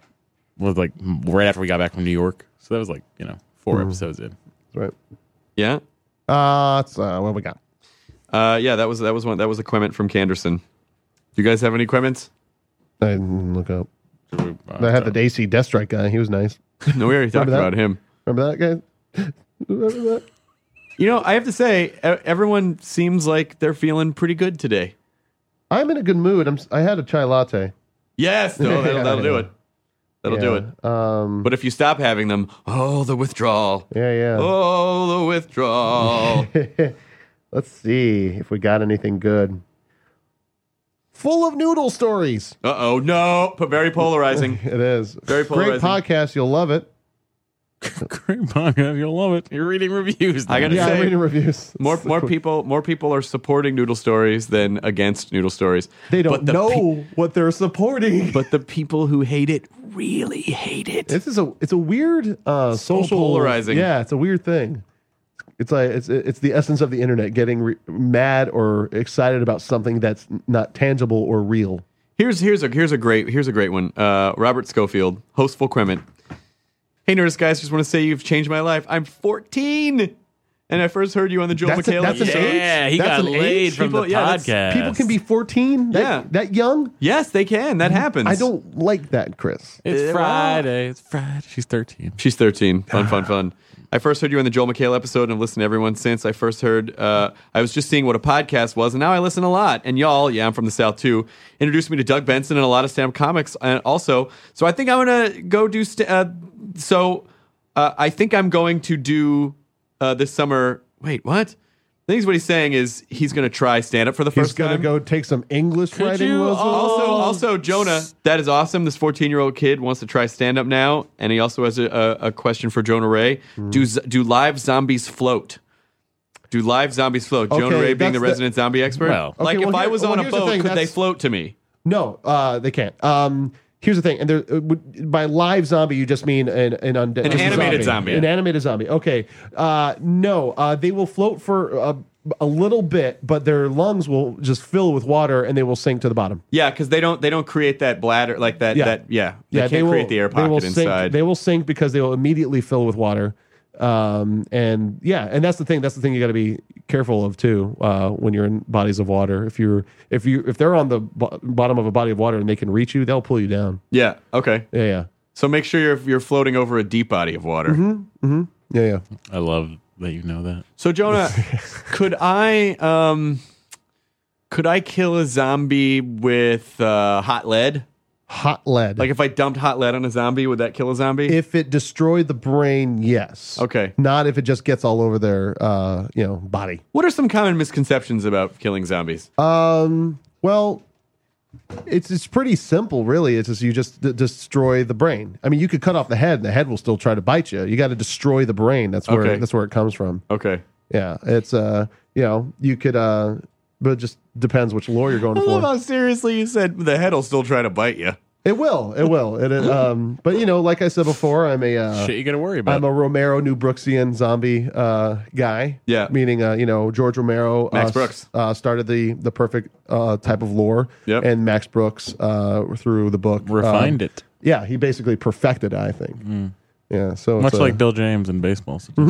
Speaker 3: was like right after we got back from New York. So that was like, you know, 4
Speaker 5: Mm-hmm.
Speaker 3: episodes in.
Speaker 5: right.
Speaker 4: yeah,
Speaker 5: Uh, it's, uh, what we got?
Speaker 4: uh, yeah. That was that was one. That was a comment from Canderson. You guys have any comments?
Speaker 5: I didn't look up. I had the AC Death Strike guy. He was nice.
Speaker 4: No, we already talked
Speaker 5: Remember that?
Speaker 4: about him.
Speaker 5: Remember that guy? Remember that?
Speaker 4: You know, I have to say, e- everyone seems like they're feeling pretty good today.
Speaker 5: I'm in a good mood. I'm. s- I had a chai latte.
Speaker 4: Yes, no, that'll,
Speaker 5: Yeah.
Speaker 4: that'll do it. That'll do it.
Speaker 5: it. Um.
Speaker 4: But if you stop having them, oh, the withdrawal.
Speaker 5: Yeah, yeah.
Speaker 4: Oh, the withdrawal.
Speaker 5: Let's see if we got anything good. Full of noodle stories.
Speaker 4: uh oh, no. But very polarizing.
Speaker 5: It is
Speaker 4: Very
Speaker 5: great
Speaker 4: polarizing.
Speaker 5: podcast. You'll love it.
Speaker 3: Great podcast. You'll love it. You're reading reviews.
Speaker 4: I
Speaker 3: now.
Speaker 4: gotta
Speaker 5: Yeah,
Speaker 4: say-
Speaker 5: I'm reading reviews.
Speaker 4: More, more people, more people are supporting noodle stories than against noodle stories.
Speaker 5: They don't
Speaker 4: But the
Speaker 5: know
Speaker 4: pe-
Speaker 5: what they're supporting.
Speaker 4: but the people who hate it really hate it.
Speaker 5: This is a it's a weird uh, social
Speaker 4: polarizing.
Speaker 5: Yeah, it's a weird thing. It's like it's it's the essence of the internet getting re- mad or excited about something that's not tangible or real.
Speaker 4: Here's here's a here's a great here's a great one. Uh, Robert Schofield, hostful Quement. Hey, nerds guys, just want to say you've changed my life. I'm 14, and I first heard you on the Joel
Speaker 5: That's a-
Speaker 4: McHale.
Speaker 5: that's an age?
Speaker 3: yeah, he
Speaker 5: That's
Speaker 3: got
Speaker 5: an age?
Speaker 3: laid from
Speaker 4: People-
Speaker 3: the
Speaker 4: yeah, that's-
Speaker 3: podcast.
Speaker 5: People can be 14 that,
Speaker 4: Yeah.
Speaker 5: that young.
Speaker 4: Yes, they can. That happens.
Speaker 5: Mm-hmm. I don't like that, Chris.
Speaker 3: It's
Speaker 4: Uh,
Speaker 3: Friday. It's Friday. She's 13.
Speaker 4: She's 13. Fun, fun, fun. I first heard you on the Joel McHale episode and have listened to everyone since. I first heard, uh, I was just seeing what a podcast was, and now I listen a lot. And y'all, yeah, I'm from the South too, introduced me to Doug Benson and a lot of stand up comics uh, also. So I think I'm going to go do, st- uh, so uh, I think I'm going to do uh, this summer. Wait, what? I think what he's saying is he's going to try stand up for the
Speaker 5: He's
Speaker 4: first
Speaker 5: gonna
Speaker 4: time.
Speaker 5: go take some English writing.
Speaker 3: you
Speaker 5: lessons.
Speaker 4: Also,
Speaker 5: Oh.
Speaker 4: also, Jonah, that is awesome. This 14 year old kid wants to try stand up now, and he also has a, a, a question for Jonah Ray. Do z- do live zombies float? Do live zombies float? Jonah
Speaker 5: Okay,
Speaker 4: Ray being
Speaker 5: that's
Speaker 4: the
Speaker 5: the-
Speaker 4: resident zombie expert.
Speaker 3: Well-
Speaker 4: like
Speaker 5: Okay,
Speaker 4: if
Speaker 5: well,
Speaker 4: I
Speaker 5: here-
Speaker 4: was
Speaker 5: well,
Speaker 4: on a
Speaker 5: here's the
Speaker 4: boat,
Speaker 5: thing,
Speaker 4: could they
Speaker 5: that's-
Speaker 4: float to me?
Speaker 5: No, uh, they can't. Um, here's the thing, and there, uh, would- by live zombie you just mean an an undead,
Speaker 4: An
Speaker 5: just a
Speaker 4: animated zombie.
Speaker 5: an animated zombie. Okay, uh, no, uh, they will float for a, a little bit, but their lungs will just fill with water and they will sink to the bottom.
Speaker 4: Yeah, because they don't they don't create that bladder like that.
Speaker 5: Yeah.
Speaker 4: that yeah, they can't create the air
Speaker 5: they will
Speaker 4: pocket
Speaker 5: sink-
Speaker 4: inside.
Speaker 5: They will sink because they will immediately fill with water. Um, and yeah, and that's the thing. That's the thing you got to be careful of too uh, when you're in bodies of water. If you're if you if they're on the bo- bottom of a body of water and they can reach you, they'll pull you down.
Speaker 4: yeah, okay.
Speaker 5: Yeah, yeah,
Speaker 4: So make sure you're you're floating over a deep body of water.
Speaker 5: Mm-hmm. yeah, yeah.
Speaker 3: I love that you know that.
Speaker 4: So Jonah, could I um could I kill a zombie with uh, hot lead?
Speaker 5: Hot lead.
Speaker 4: Like if I dumped hot lead on a zombie, would that kill a zombie?
Speaker 5: if it destroyed the brain, yes.
Speaker 4: Okay.
Speaker 5: Not if it just gets all over their uh, you know, body.
Speaker 4: what are some common misconceptions about killing zombies?
Speaker 5: Um, well, it's it's pretty simple, really. It's just you just d- destroy the brain. I mean, you could cut off the head, and the head will still try to bite you. You got to destroy the brain. That's where
Speaker 4: Okay.
Speaker 5: that's where it comes from.
Speaker 4: okay.
Speaker 5: Yeah, it's uh, you know, you could uh, but it just depends which lore you're going
Speaker 4: I love
Speaker 5: for.
Speaker 4: how seriously you said the head will still try to bite you.
Speaker 5: It will, it will, it, it, um, but you know, like I said before, I'm a uh,
Speaker 3: Shit, you got to worry about.
Speaker 5: I'm a Romero New Brooksian zombie uh, guy.
Speaker 4: Yeah.
Speaker 5: Meaning, uh, you know, George Romero. uh,
Speaker 4: Max Brooks.
Speaker 5: Uh, started the, the perfect uh, type of lore.
Speaker 4: Yep.
Speaker 5: And Max Brooks, uh, through the book,
Speaker 3: Refined
Speaker 5: um,
Speaker 3: it. Hmm.
Speaker 5: Yeah. He basically perfected it, I think. Yeah. So it's
Speaker 3: Much
Speaker 5: a-
Speaker 3: like Bill James in baseball
Speaker 5: Mm-hmm.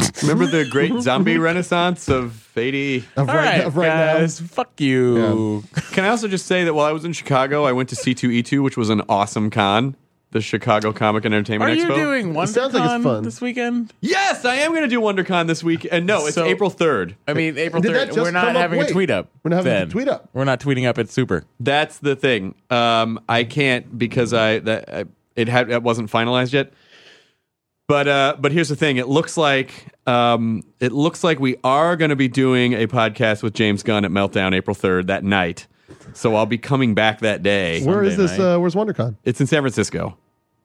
Speaker 3: statistics.
Speaker 4: Remember the great zombie renaissance of 80?
Speaker 5: of
Speaker 3: All
Speaker 5: right,
Speaker 3: right,
Speaker 5: of right now.
Speaker 3: guys, fuck you.
Speaker 4: Can I also just say that while I was in Chicago, I went to C2E2, which was an awesome con, the Chicago Comic and Entertainment
Speaker 3: Are
Speaker 4: Expo.
Speaker 3: you doing
Speaker 5: It sounds like it's
Speaker 3: WonderCon
Speaker 5: fun.
Speaker 3: this weekend?
Speaker 4: Yes, I am going to do WonderCon this week. And no, it's
Speaker 3: So-
Speaker 4: April 3rd.
Speaker 3: I mean, April
Speaker 5: Did that
Speaker 3: third.
Speaker 5: just
Speaker 3: We're not
Speaker 5: come up?
Speaker 3: having
Speaker 5: Wait.
Speaker 3: a tweet up.
Speaker 5: We're not having a
Speaker 3: then.
Speaker 5: tweet up.
Speaker 3: We're not tweeting up at Super.
Speaker 4: That's the thing. Um, I can't because I that I, it had it wasn't finalized yet. But uh, but here's the thing. It looks like um, it looks like we are going to be doing a podcast with James Gunn at Meltdown April 3rd that night. So I'll be coming back that day.
Speaker 5: Where is
Speaker 3: Sunday
Speaker 5: this?
Speaker 3: night.
Speaker 5: Uh, where's WonderCon?
Speaker 4: It's in San Francisco.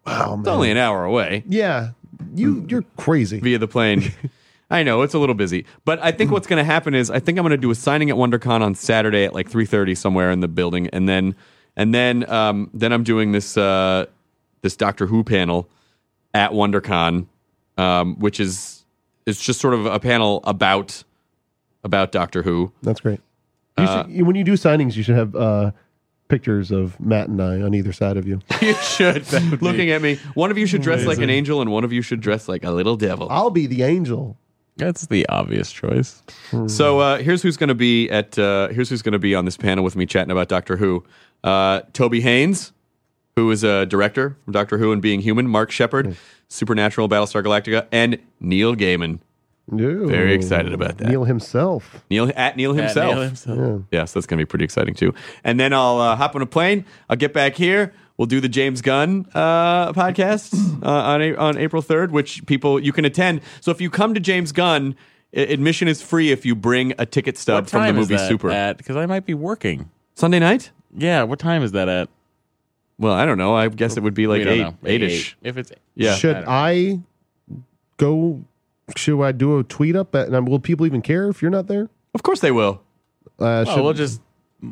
Speaker 5: Wow,
Speaker 4: It's only an hour away
Speaker 5: Yeah.
Speaker 4: Hmm.
Speaker 5: You, you're crazy.
Speaker 4: via the plane. I know it's a little busy, but I think what's going to happen is I think I'm going to do a signing at WonderCon on Saturday at like 3:30 somewhere in the building, and then and then um, then I'm doing this uh, this Doctor Who panel at WonderCon, um, which is it's just sort of a panel about about Doctor Who.
Speaker 5: That's great. You
Speaker 4: Uh,
Speaker 5: should, you- when you do signings, you should have uh, pictures of Matt and I on either side of you.
Speaker 4: you should looking at me. One of you should dress like an angel, and one of you should dress like a little devil.
Speaker 5: I'll be the angel.
Speaker 3: That's the obvious choice.
Speaker 4: So uh, here's who's going to be at uh, here's who's going to be on this panel with me chatting about Doctor Who. Uh, Toby Haynes, who is a director from Doctor Who and Being Human. Mark
Speaker 3: Hmm.
Speaker 4: Shepard, Supernatural, Battlestar Galactica, and Neil Gaiman.
Speaker 5: Ooh.
Speaker 4: Very excited about that.
Speaker 5: Neil himself.
Speaker 4: Neil at Neil himself.
Speaker 3: Neil himself.
Speaker 4: Yes, that's going to be pretty exciting too. And then I'll uh, hop on a plane. I'll get back here. We'll do the James Gunn uh, podcast uh, on a- on April third, which people you can attend. So if you come to James Gunn, i- admission is free if you bring a ticket stub
Speaker 3: What
Speaker 4: from the
Speaker 3: time is
Speaker 4: movie
Speaker 3: that
Speaker 4: Super
Speaker 3: at? Because I might be working.
Speaker 4: Sunday night.
Speaker 3: Yeah, what time is that at?
Speaker 4: Well, I don't know. I guess it would be like
Speaker 3: we don't
Speaker 4: eight,
Speaker 3: know.
Speaker 4: eight-ish.
Speaker 3: If it's
Speaker 4: Yeah.
Speaker 5: Should I go? Should I do a tweet up? At, and will people even care if you're not there?
Speaker 4: Of course they will.
Speaker 5: Uh,
Speaker 3: Oh,
Speaker 5: should-
Speaker 3: we'll just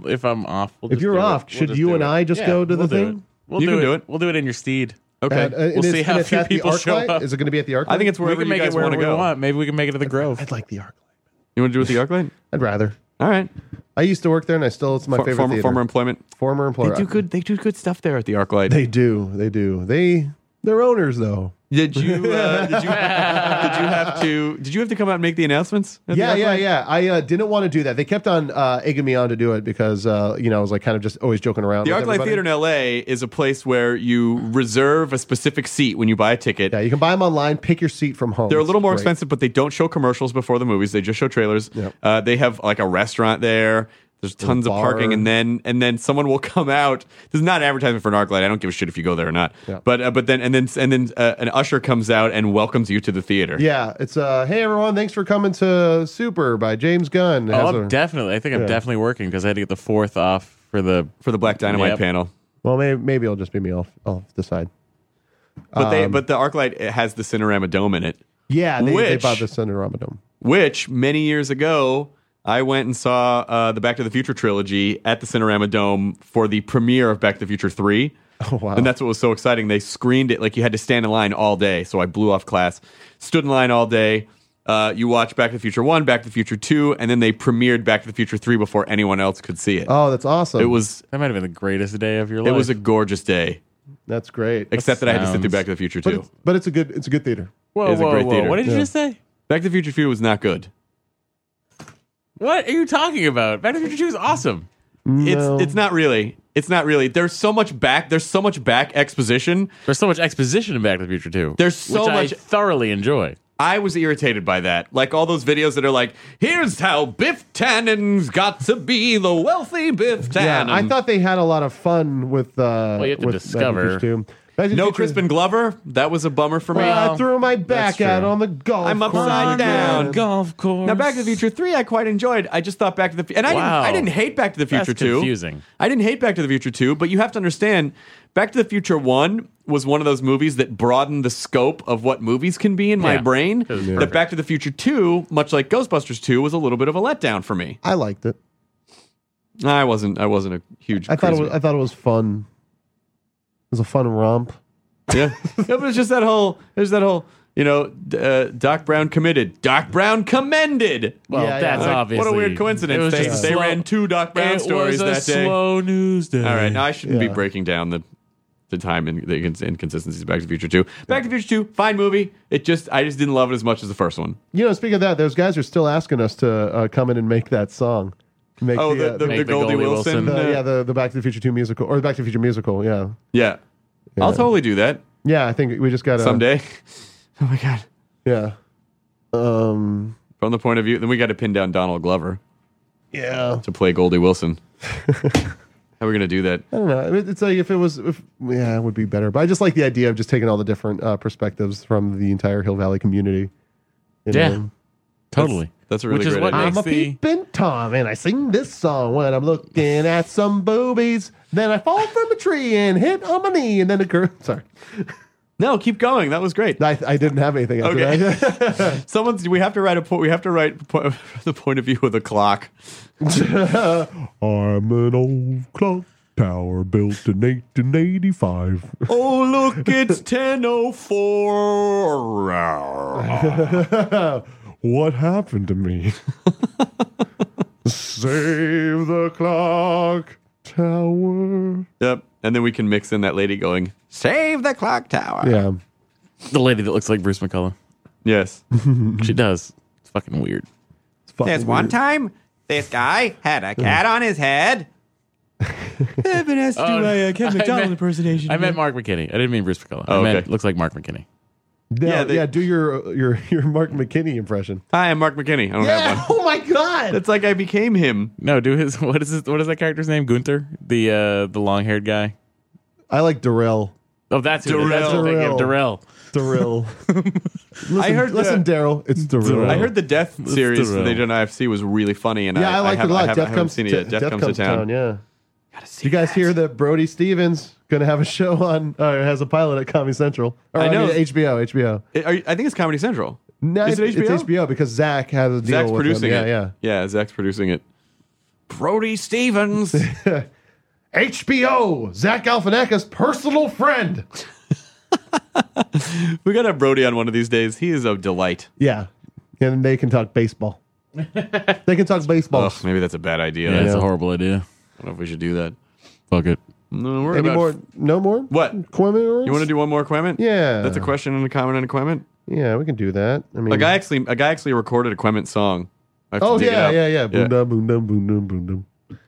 Speaker 3: if I'm off. We'll
Speaker 5: If
Speaker 3: just
Speaker 5: you're
Speaker 3: do it.
Speaker 5: off,
Speaker 3: We'll
Speaker 5: should
Speaker 3: just
Speaker 5: you
Speaker 3: do
Speaker 5: and
Speaker 3: it.
Speaker 5: I just
Speaker 3: Yeah,
Speaker 5: go to the
Speaker 3: we'll do
Speaker 5: thing?
Speaker 3: it. We'll
Speaker 4: You
Speaker 3: do
Speaker 4: can
Speaker 3: it.
Speaker 4: do it.
Speaker 3: We'll do it in your steed.
Speaker 4: Okay.
Speaker 5: At- uh, and
Speaker 3: We'll
Speaker 5: it's-
Speaker 3: see how
Speaker 5: and it's
Speaker 3: few
Speaker 5: at the
Speaker 3: people
Speaker 5: Arc
Speaker 3: show
Speaker 5: Light?
Speaker 3: up.
Speaker 5: Is it going to be at the arc?
Speaker 4: I think it's
Speaker 3: we
Speaker 4: wherever
Speaker 3: can
Speaker 4: you
Speaker 3: make it
Speaker 4: guys want
Speaker 3: wherever
Speaker 4: to
Speaker 3: we
Speaker 4: go.
Speaker 3: want. Maybe we can make it to the Grove.
Speaker 5: I'd like the arc. Light.
Speaker 4: You want to do it with the Arclight?
Speaker 5: I'd rather.
Speaker 4: All right.
Speaker 5: I used to work there, and I still it's my
Speaker 4: For-
Speaker 5: favorite
Speaker 4: former,
Speaker 5: theater.
Speaker 4: former employment.
Speaker 5: former employer.
Speaker 4: They do good. They do good stuff there at the Arclight.
Speaker 5: They do. They do. They they're owners though.
Speaker 4: Did you? Uh, did you? did you have to? Did you have to come out and make the announcements? at the
Speaker 5: Yeah, yeah,
Speaker 4: Arclight?
Speaker 5: yeah. I uh, didn't want to do that. They kept on uh, egging me on to do it because uh, you know I was like kind of just always joking around.
Speaker 4: The
Speaker 5: with
Speaker 4: Arclight
Speaker 5: everybody.
Speaker 4: Theater in LA is a place where you reserve a specific seat when you buy a ticket.
Speaker 5: Yeah, you can buy them online. Pick your seat from home.
Speaker 4: They're a little
Speaker 5: It's
Speaker 4: more
Speaker 5: great.
Speaker 4: expensive, but they don't show commercials before the movies. They just show trailers.
Speaker 5: Yep.
Speaker 4: Uh, they have like a restaurant there. There's tons of
Speaker 5: bar.
Speaker 4: parking, and then and then someone will come out. This is not advertisement for Narclight. I don't give a shit if you go there or not.
Speaker 5: Yeah.
Speaker 4: But uh, but then and then and then uh, an usher comes out and welcomes you to the theater.
Speaker 5: Yeah, it's uh, hey everyone, thanks for coming to Super by James Gunn. It
Speaker 3: Oh,
Speaker 5: has
Speaker 3: I'm
Speaker 5: a-
Speaker 3: definitely. I think I'm definitely working because I had to get the fourth off for the.
Speaker 4: for the Black Dynamite
Speaker 3: Yep.
Speaker 4: panel.
Speaker 5: well, maybe maybe it'll just be me. I'll I'll decide.
Speaker 4: But they
Speaker 5: Um,
Speaker 4: but the Arclight it has the Cinerama Dome in it,
Speaker 5: Yeah, they, they
Speaker 4: Which-
Speaker 5: bought this under Ramadan.
Speaker 4: which many years ago. I went and saw uh, the Back to the Future trilogy at the Cinerama Dome for the premiere of Back to the Future 3.
Speaker 5: Oh wow,
Speaker 4: And that's what was so exciting. They screened it like you had to stand in line all day. So I blew off class, stood in line all day. Uh, you watch Back to the Future 1, Back to the Future 2, and then they premiered Back to the Future 3 before anyone else could see it.
Speaker 5: oh that's awesome.
Speaker 4: it was
Speaker 3: That might have been the greatest day of your
Speaker 4: it
Speaker 3: life.
Speaker 4: was a gorgeous day,
Speaker 5: that's great.
Speaker 4: except that I had to sit through
Speaker 3: sounds-
Speaker 4: Back to the Future
Speaker 5: but
Speaker 4: 2.
Speaker 5: it's, but it's a good it's a good theater.
Speaker 3: whoa,
Speaker 4: it was a
Speaker 3: whoa,
Speaker 4: great
Speaker 3: whoa!
Speaker 4: theater.
Speaker 3: What did
Speaker 5: Yeah.
Speaker 3: you just say?
Speaker 4: Back to the Future 2 was not good.
Speaker 3: What are you talking about? Back to the Future Two is awesome.
Speaker 5: No.
Speaker 4: It's it's not really. It's not really. There's so much back there's so much back exposition.
Speaker 3: There's so much exposition in Back to the Future Two.
Speaker 4: There's so
Speaker 3: which I
Speaker 4: much-
Speaker 3: thoroughly enjoy.
Speaker 4: I was irritated by that. Like all those videos that are like, here's how Biff Tannen's got to be the wealthy Biff
Speaker 5: Yeah,
Speaker 4: Tannen.
Speaker 5: I thought they had a lot of fun with. Uh,
Speaker 3: Well, you have to
Speaker 5: with Back the
Speaker 3: discover.
Speaker 5: Future too. Back to the
Speaker 4: no
Speaker 5: Future-
Speaker 4: Crispin Glover. That was a bummer for me.
Speaker 5: Well, I threw my
Speaker 3: That's
Speaker 5: back out
Speaker 3: true.
Speaker 5: on the golf.
Speaker 4: I'm
Speaker 5: course
Speaker 4: upside down.
Speaker 5: again.
Speaker 3: golf course.
Speaker 4: Now, Back to the Future Three, I quite enjoyed. I just thought Back to the Future, and I
Speaker 3: Wow.
Speaker 4: didn't. I didn't hate Back to the
Speaker 3: That's
Speaker 4: Future Two.
Speaker 3: confusing.
Speaker 4: I didn't hate Back to the Future Two, but you have to understand, Back to the Future One was one of those movies that broadened the scope of what movies can be in my
Speaker 3: Yeah.
Speaker 4: brain.
Speaker 3: was
Speaker 4: That Back to the Future Two, much like Ghostbusters Two, was a little bit of a letdown for me.
Speaker 5: I liked it.
Speaker 4: I wasn't. I wasn't a huge.
Speaker 5: I thought it
Speaker 4: crazy-
Speaker 5: was, I thought it was fun. It was a fun romp.
Speaker 4: Yeah, it was just that whole. There's that whole. You know, d- uh, Doc Brown committed. Doc Brown commended.
Speaker 3: Well,
Speaker 5: Yeah, yeah.
Speaker 3: that's
Speaker 4: Like,
Speaker 3: obviously
Speaker 4: What a weird coincidence. They,
Speaker 3: just a
Speaker 4: they
Speaker 3: slow-
Speaker 4: ran two Doc Brown
Speaker 3: it was
Speaker 4: stories
Speaker 3: a
Speaker 4: that day.
Speaker 3: Slow news day.
Speaker 4: All right, now I shouldn't be
Speaker 5: Yeah.
Speaker 4: breaking down the the time and the incons- inconsistencies of Back to the Future Two. Back to the Future Two, fine movie. It just I just didn't love it as much as the first one.
Speaker 5: You know, speaking of that, those guys are still asking us to uh, come in and make that song. Make
Speaker 4: Oh, the,
Speaker 5: uh,
Speaker 4: the,
Speaker 3: Make
Speaker 4: the
Speaker 3: the
Speaker 4: Goldie,
Speaker 3: Goldie
Speaker 4: Wilson.
Speaker 3: Wilson.
Speaker 5: the-
Speaker 4: uh,
Speaker 5: yeah the, the Back to the Future Two musical or the Back to the Future musical. Yeah,
Speaker 4: yeah. I'll totally do that
Speaker 5: yeah. I think we just got to
Speaker 4: someday. oh my god!
Speaker 5: Yeah. Um.
Speaker 4: From the point of view, then we got to pin down Donald Glover
Speaker 5: Yeah.
Speaker 4: to play Goldie Wilson. How are we gonna do that?
Speaker 5: I don't know. It- It's like if it was, if, yeah, it would be better. But I just like the idea of just taking all the different uh, perspectives from the entire Hill Valley community. you
Speaker 3: Yeah.
Speaker 5: know?
Speaker 3: Totally.
Speaker 4: That's a really
Speaker 3: Which is
Speaker 4: great
Speaker 3: what
Speaker 4: idea.
Speaker 5: I'm
Speaker 3: makes
Speaker 5: a
Speaker 3: the
Speaker 5: peeping Tom, and I sing this song when I'm looking at some boobies. Then I fall from a tree and hit on my knee, and then a girl. Sorry,
Speaker 4: No, keep going. That was great.
Speaker 5: I, I didn't have anything. After
Speaker 4: Okay.
Speaker 5: that.
Speaker 4: Someone's. We have to write a. Po- we have to write po- the point of view of the clock.
Speaker 5: I'm an old clock tower built in 1885.
Speaker 4: Oh look, it's ten oh four.
Speaker 5: what happened to me? Save the clock tower.
Speaker 4: Yep. And then we can mix in that lady going, Save the clock tower.
Speaker 5: Yeah.
Speaker 3: the lady that looks like Bruce McCullough.
Speaker 4: Yes. Mm-hmm.
Speaker 3: She does. It's fucking weird.
Speaker 5: It's fucking
Speaker 6: There's one
Speaker 5: weird.
Speaker 6: time this guy had a cat on his head. I've been asked to
Speaker 3: Oh,
Speaker 6: uh, Ken
Speaker 3: I
Speaker 6: McDonald
Speaker 3: meant-
Speaker 6: impersonation.
Speaker 3: I meant Mark McKinney. I didn't mean Bruce McCullough.
Speaker 4: Oh,
Speaker 3: I meant
Speaker 4: okay.
Speaker 3: looks like Mark McKinney.
Speaker 5: Yeah, yeah,
Speaker 4: they-
Speaker 5: do your your your Mark McKinney impression.
Speaker 4: Hi, I'm Mark McKinney. I don't have one.
Speaker 5: Oh my god.
Speaker 4: It's like I became him.
Speaker 3: No, do his what is his, what is that character's name? Gunther, the uh, the long haired guy.
Speaker 5: I like Darrell.
Speaker 3: Oh, that's who. That's what I'm thinking of. Darrell.
Speaker 5: Darrell. listen,
Speaker 4: I heard
Speaker 5: listen, Daryl. It's Darrell.
Speaker 4: I heard the Death series
Speaker 3: the-
Speaker 4: that they did on IFC was really funny, and
Speaker 5: Yeah, I, like
Speaker 4: have,
Speaker 5: it a lot.
Speaker 4: I have,
Speaker 5: Death
Speaker 4: not
Speaker 5: comes
Speaker 4: seen it
Speaker 5: to,
Speaker 4: yet. Death, comes, to town.
Speaker 5: Yeah. Do you guys hear that Brody Stevens gonna have a show on uh, has a pilot at Comedy Central? Or,
Speaker 4: I know.
Speaker 5: mean, HBO. HBO.
Speaker 4: It- are you- I think it's Comedy Central.
Speaker 5: No,
Speaker 4: Is it
Speaker 5: it's-
Speaker 4: HBO?
Speaker 5: It's HBO because Zach has a deal
Speaker 4: Zach's
Speaker 5: with
Speaker 4: producing
Speaker 5: them.
Speaker 4: it.
Speaker 5: Yeah,
Speaker 4: yeah. Zach's producing it. Brody Stevens.
Speaker 5: yeah. HBO. Zach Galifianakis' personal friend.
Speaker 4: we gotta have Brody on one of these days. He is a delight.
Speaker 5: Yeah, and they can talk baseball. they can talk baseball.
Speaker 4: Ugh, maybe that's a bad idea.
Speaker 3: Yeah,
Speaker 4: I
Speaker 3: that's
Speaker 4: don't
Speaker 3: a horrible idea.
Speaker 4: know if we should do that.
Speaker 3: Fuck it.
Speaker 4: No, we're
Speaker 5: Any
Speaker 4: about-
Speaker 5: more? No more.
Speaker 4: What?
Speaker 5: Quimmerance?
Speaker 4: You want to do one more equipment?
Speaker 5: Yeah.
Speaker 4: That's a question and a comment and a equipment.
Speaker 5: Yeah, we can do that. I mean,
Speaker 4: A guy actually, a guy actually recorded a Quement song. I have to
Speaker 5: Oh
Speaker 4: dig it
Speaker 5: yeah,
Speaker 4: up.
Speaker 5: yeah, yeah. Boom, dum, boom, dum, boom, dum, boom, dum.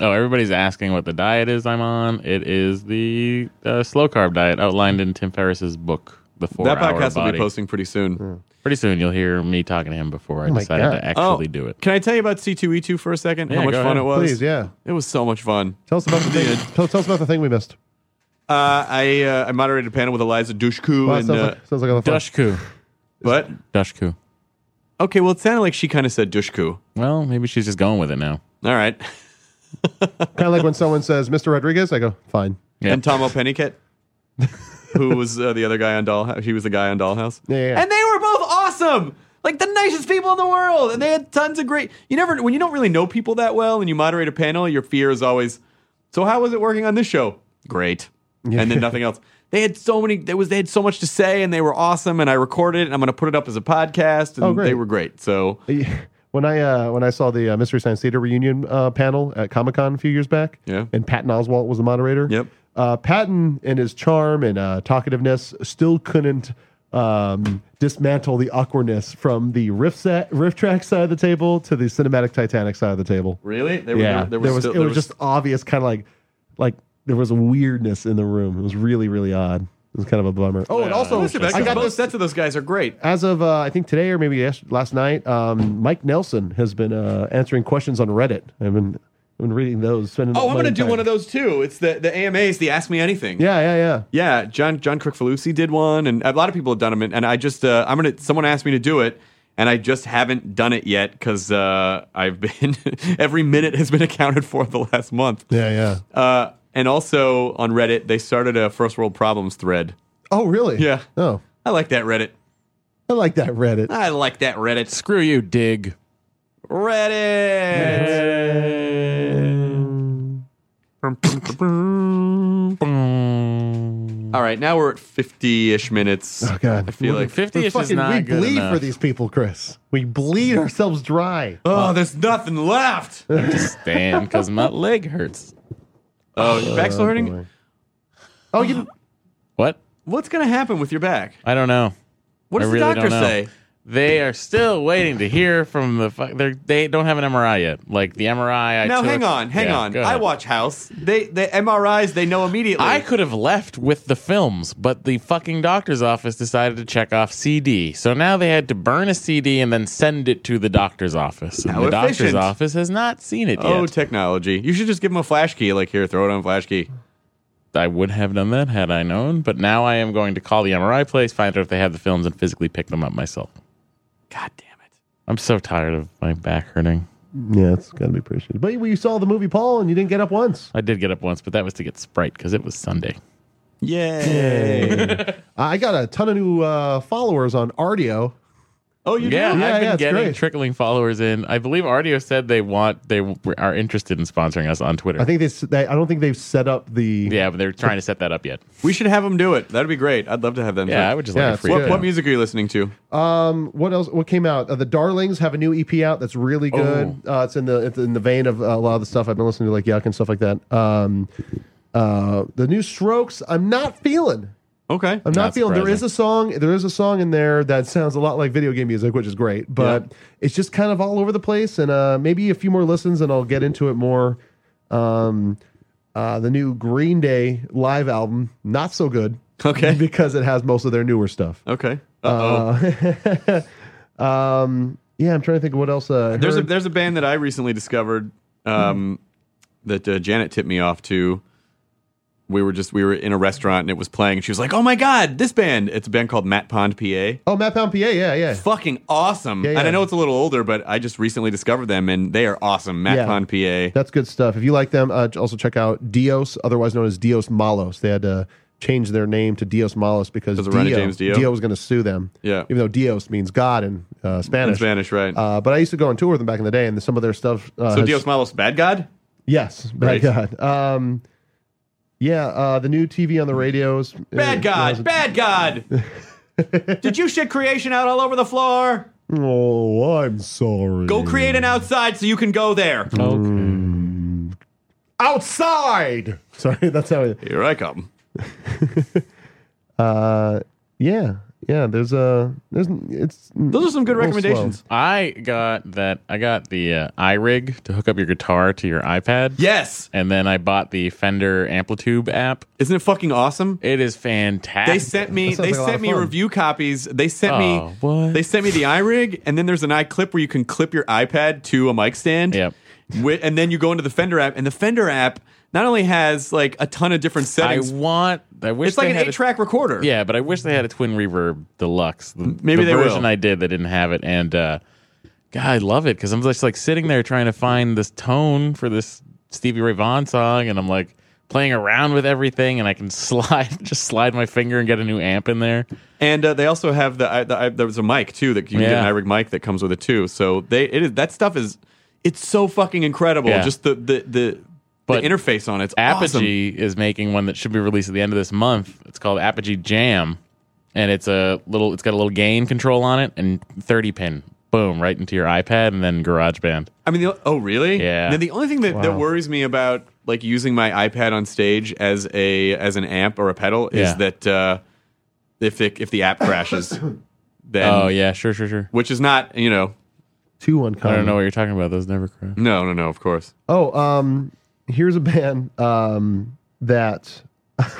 Speaker 3: Oh, everybody's asking what the diet is I'm on. It is the uh, slow carb diet outlined in Tim Ferriss's book, The Four
Speaker 4: That
Speaker 3: Hour
Speaker 4: podcast will
Speaker 3: Body.
Speaker 4: be posting pretty soon.
Speaker 3: Pretty soon, you'll hear me talking to him before I
Speaker 5: Oh my
Speaker 3: decided
Speaker 5: God.
Speaker 3: to actually do it.
Speaker 4: Oh, Can I tell you about C2E2 for a second? How
Speaker 3: Yeah,
Speaker 4: much
Speaker 3: go
Speaker 4: fun
Speaker 3: ahead.
Speaker 4: it was.
Speaker 5: Please, yeah.
Speaker 4: It was so much fun.
Speaker 5: Tell us about the thing. Tell, tell us about the thing we missed.
Speaker 4: Uh, I uh, I moderated a panel with Eliza
Speaker 5: Well,
Speaker 4: Dushku
Speaker 5: that
Speaker 4: and
Speaker 5: sounds,
Speaker 4: uh,
Speaker 5: like, sounds like all the fun.
Speaker 3: Dushku.
Speaker 4: what?
Speaker 3: Dushku.
Speaker 4: Okay, well it sounded like she kind of said Dushku.
Speaker 3: Well, maybe she's just going with it now.
Speaker 4: All right,
Speaker 5: Kind of like when someone says "Mr. Rodriguez," I go, "Fine."
Speaker 3: Yeah.
Speaker 4: and Tom O'Pennicott, who was uh, the other guy on Dollhouse. He was the guy on Dollhouse.
Speaker 5: Yeah, yeah, yeah.
Speaker 4: And they were both awesome. Like the nicest people in the world, and they had tons of great. You never when you don't really know people that well, and you moderate a panel, your fear is always. So how was it working on this show? Great, and then nothing else. They had so many. There was they had so much to say, and they were awesome. And I recorded it, and I'm going to put it up as a podcast. And
Speaker 5: Oh, great.
Speaker 4: they were great. So
Speaker 5: When I uh, when I saw the uh, Mystery Science Theater reunion uh, panel at Comic Con a few years back,
Speaker 4: Yeah.
Speaker 5: and Patton Oswalt was the moderator.
Speaker 4: Yep.
Speaker 5: Uh, Patton and his charm and uh, talkativeness still couldn't um, dismantle the awkwardness from the riff set, riff track side of the table to the cinematic Titanic side of the table.
Speaker 4: really, they
Speaker 5: yeah, there was, it was, just obvious, kind of like like there was a weirdness in the room. It was really really odd. It's kind of a bummer. Oh, and also,
Speaker 4: Listen, man,
Speaker 5: I
Speaker 4: 'cause
Speaker 5: got
Speaker 4: both
Speaker 5: this
Speaker 4: sets of those guys are great.
Speaker 5: as of uh, I think today or maybe yes- last night. Um, Mike Nelson has been uh, answering questions on Reddit. I've been I've been reading those. Spending
Speaker 4: Oh, I'm
Speaker 5: going to
Speaker 4: do one of those too. It's the the AMAs, the Ask Me Anything.
Speaker 5: Yeah, yeah, yeah.
Speaker 4: Yeah, John John Crickfalusi did one, and a lot of people have done them. And, and I just uh, I'm gonna someone asked me to do it, and I just haven't done it yet because uh, I've been every minute has been accounted for the last month.
Speaker 5: Yeah, yeah.
Speaker 4: Uh, and also on Reddit, they started a first world problems thread.
Speaker 5: Oh, really?
Speaker 4: Yeah.
Speaker 5: Oh,
Speaker 4: I like that Reddit.
Speaker 5: I like that Reddit.
Speaker 4: I like that Reddit.
Speaker 3: Screw you, dig.
Speaker 4: Reddit. All right, now we're at 50 ish minutes.
Speaker 5: Oh God,
Speaker 4: I feel like.
Speaker 5: We're
Speaker 3: 50 ish is
Speaker 5: fucking-
Speaker 3: not
Speaker 5: we
Speaker 3: good
Speaker 5: bleed
Speaker 3: enough.
Speaker 5: for these people, Chris. We bleed ourselves dry.
Speaker 4: Oh, there's nothing left.
Speaker 5: Uh,
Speaker 3: I just stand because my leg hurts.
Speaker 4: Oh, your back's still hurting?
Speaker 5: Oh, you
Speaker 3: What?
Speaker 4: What's going to happen with your back?
Speaker 3: I don't know.
Speaker 4: What does
Speaker 3: I really
Speaker 4: the doctor
Speaker 3: don't know.
Speaker 4: say?
Speaker 3: They are still waiting to hear from the. Fu- they're- they don't have an MRI yet. Like the MRI. I
Speaker 4: Now,
Speaker 3: took-
Speaker 4: hang on, hang
Speaker 3: Yeah,
Speaker 4: on.
Speaker 3: go
Speaker 4: I
Speaker 3: ahead.
Speaker 4: watch House. They the MRIs they know immediately.
Speaker 3: I could have left with the films, but the fucking doctor's office decided to check off CD. So now they had to burn a CD and then send it to the doctor's office. And
Speaker 4: How
Speaker 3: the doctor's
Speaker 4: efficient.
Speaker 3: office has not seen it
Speaker 4: oh,
Speaker 3: yet.
Speaker 4: technology. You should just give them a flash key. Like, here, throw it on a flash key.
Speaker 3: I would have done that had I known, but now I am going to call the MRI place, find out if they have the films, and physically pick them up myself.
Speaker 4: God damn it.
Speaker 3: I'm so tired of my back hurting.
Speaker 5: yeah, it's got to be pretty shitty. But you saw the movie Paul, and you didn't get up once.
Speaker 3: I did get up once, but that was to get Sprite because it was Sunday.
Speaker 4: Yay.
Speaker 5: I got a ton of new uh, followers on Ardio.
Speaker 4: oh, you
Speaker 3: Yeah,
Speaker 4: do?
Speaker 5: Yeah,
Speaker 3: I've been
Speaker 5: yeah, it's
Speaker 3: getting
Speaker 5: great.
Speaker 3: trickling followers in. I believe Ardio said they want they w- are interested in sponsoring us on Twitter.
Speaker 5: I think they, s- they. I don't think they've set up the.
Speaker 3: yeah, but they're trying to set that up yet.
Speaker 4: We should have them do it. That'd be great. I'd love to have them do
Speaker 3: Yeah,
Speaker 4: it.
Speaker 3: I would just
Speaker 5: Yeah,
Speaker 3: like a
Speaker 5: it's
Speaker 3: free.
Speaker 5: good.
Speaker 4: What, what
Speaker 3: account.
Speaker 4: music are you listening to?
Speaker 5: Um. What else? What came out? Uh, the Darlings have a new EP out that's really good. Uh, it's in the it's in the vein of uh, a lot of the stuff I've been listening to, like Yuck and stuff like that. Um, uh, the new Strokes. I'm not feeling.
Speaker 4: Okay.
Speaker 5: I'm not,
Speaker 3: Not
Speaker 5: feeling. There is
Speaker 3: surprising.
Speaker 5: a song. There is a song in there that sounds a lot like video game music, which is great. But it's just kind of all over the place. And uh, maybe a few more listens, and I'll get into it more. Um, uh, the new Green Day live album, not so good.
Speaker 4: Okay.
Speaker 5: because it has most of their newer stuff.
Speaker 4: Okay. Uh-oh.
Speaker 5: um, yeah, I'm trying to think of what else. Uh, I
Speaker 4: there's a
Speaker 5: heard.
Speaker 4: there's a band that I recently discovered um, that uh, Janet tipped me off to. We were just we were in a restaurant and it was playing and she was like, "Oh my god, this band! It's a band called Matt Pond PA.
Speaker 5: oh Matt Pound PA. Yeah, yeah.
Speaker 4: Fucking awesome!"
Speaker 5: Yeah,
Speaker 4: And I
Speaker 5: yeah.
Speaker 4: know it's a little older, but I just recently discovered them and they are awesome. Matt
Speaker 5: Yeah.
Speaker 4: Pond PA.
Speaker 5: That's good stuff. If you like them, uh, also check out Dios, otherwise known as Dios Malos. They had to change their name to Dios Malos because
Speaker 4: Because of Ronnie James Dio?
Speaker 5: was going to sue them.
Speaker 4: Yeah.
Speaker 5: Even though Dios means God in uh, Spanish.
Speaker 4: In Spanish, right?
Speaker 5: Uh, but I used to go on tour with them back in the day, and some of their stuff. Uh,
Speaker 4: so
Speaker 5: has-
Speaker 4: Dios Malos, bad god.
Speaker 5: Yes,
Speaker 4: Right.
Speaker 5: bad God. Um, yeah, uh, the new TV on the radios. uh,
Speaker 4: Bad god, bad god. Did you shit creation out all over the floor?
Speaker 5: Oh, I'm sorry.
Speaker 4: Go create an outside so you can go there.
Speaker 5: outside. Sorry, that's how. It,
Speaker 4: Here I come.
Speaker 5: uh, yeah, yeah. There's a there's it's.
Speaker 4: Those are some good
Speaker 5: a little
Speaker 4: recommendations.
Speaker 5: slow.
Speaker 3: I got that. I got the uh, iRig to hook up your guitar to your iPad.
Speaker 4: Yes.
Speaker 3: And then I bought the Fender Amplitude app.
Speaker 4: Isn't it fucking awesome?
Speaker 3: It is fantastic.
Speaker 4: They sent me
Speaker 5: That sounds
Speaker 4: they
Speaker 5: like a lot
Speaker 4: sent
Speaker 5: of
Speaker 4: me
Speaker 5: fun.
Speaker 4: review copies. They sent
Speaker 3: Oh,
Speaker 4: me
Speaker 3: what?
Speaker 4: they sent me the iRig and then there's an iClip where you can clip your iPad to a mic stand.
Speaker 3: Yep.
Speaker 4: Wi- and then you go into the Fender app and the Fender app not only has like a ton of different
Speaker 3: I
Speaker 4: settings.
Speaker 3: want. I wish
Speaker 4: it's like
Speaker 3: they
Speaker 4: an
Speaker 3: had a-
Speaker 4: 8-track recorder.
Speaker 3: Yeah, but I wish they had a twin reverb deluxe. The,
Speaker 4: Maybe
Speaker 3: the
Speaker 4: they
Speaker 3: version
Speaker 4: will.
Speaker 3: I did, they didn't have it, and uh, God, I love it because I'm just like sitting there trying to find this tone for this Stevie Ray Vaughan song, and I'm like playing around with everything, and I can slide, just slide my finger and get a new amp in there.
Speaker 4: And uh, they also have the, I, the I, there was a mic too that you can
Speaker 3: Yeah.
Speaker 4: get an iRig mic that comes with it too. So they it is that stuff is it's so fucking incredible.
Speaker 3: Yeah.
Speaker 4: Just the the the, the
Speaker 3: But
Speaker 4: interface on it's awesome.
Speaker 3: Apogee is making one that should be released at the end of this month. It's called Apogee Jam, and it's a little. It's got a little gain control on it and 30 pin. Boom! Right into your iPad and then GarageBand.
Speaker 4: I mean, the, oh really?
Speaker 3: Yeah.
Speaker 4: Then the only thing that, that
Speaker 5: Wow.
Speaker 4: worries me about like using my iPad on stage as a as an amp or a pedal
Speaker 3: Yeah.
Speaker 4: is that uh, if it, if the app crashes, then
Speaker 3: Oh yeah, sure, sure, sure.
Speaker 4: which is not you know
Speaker 5: Too
Speaker 3: I
Speaker 5: uncommon.
Speaker 4: Um,
Speaker 3: don't know what you're talking about. Those never crash.
Speaker 4: no no no of course
Speaker 5: Oh, um, here's a band um, that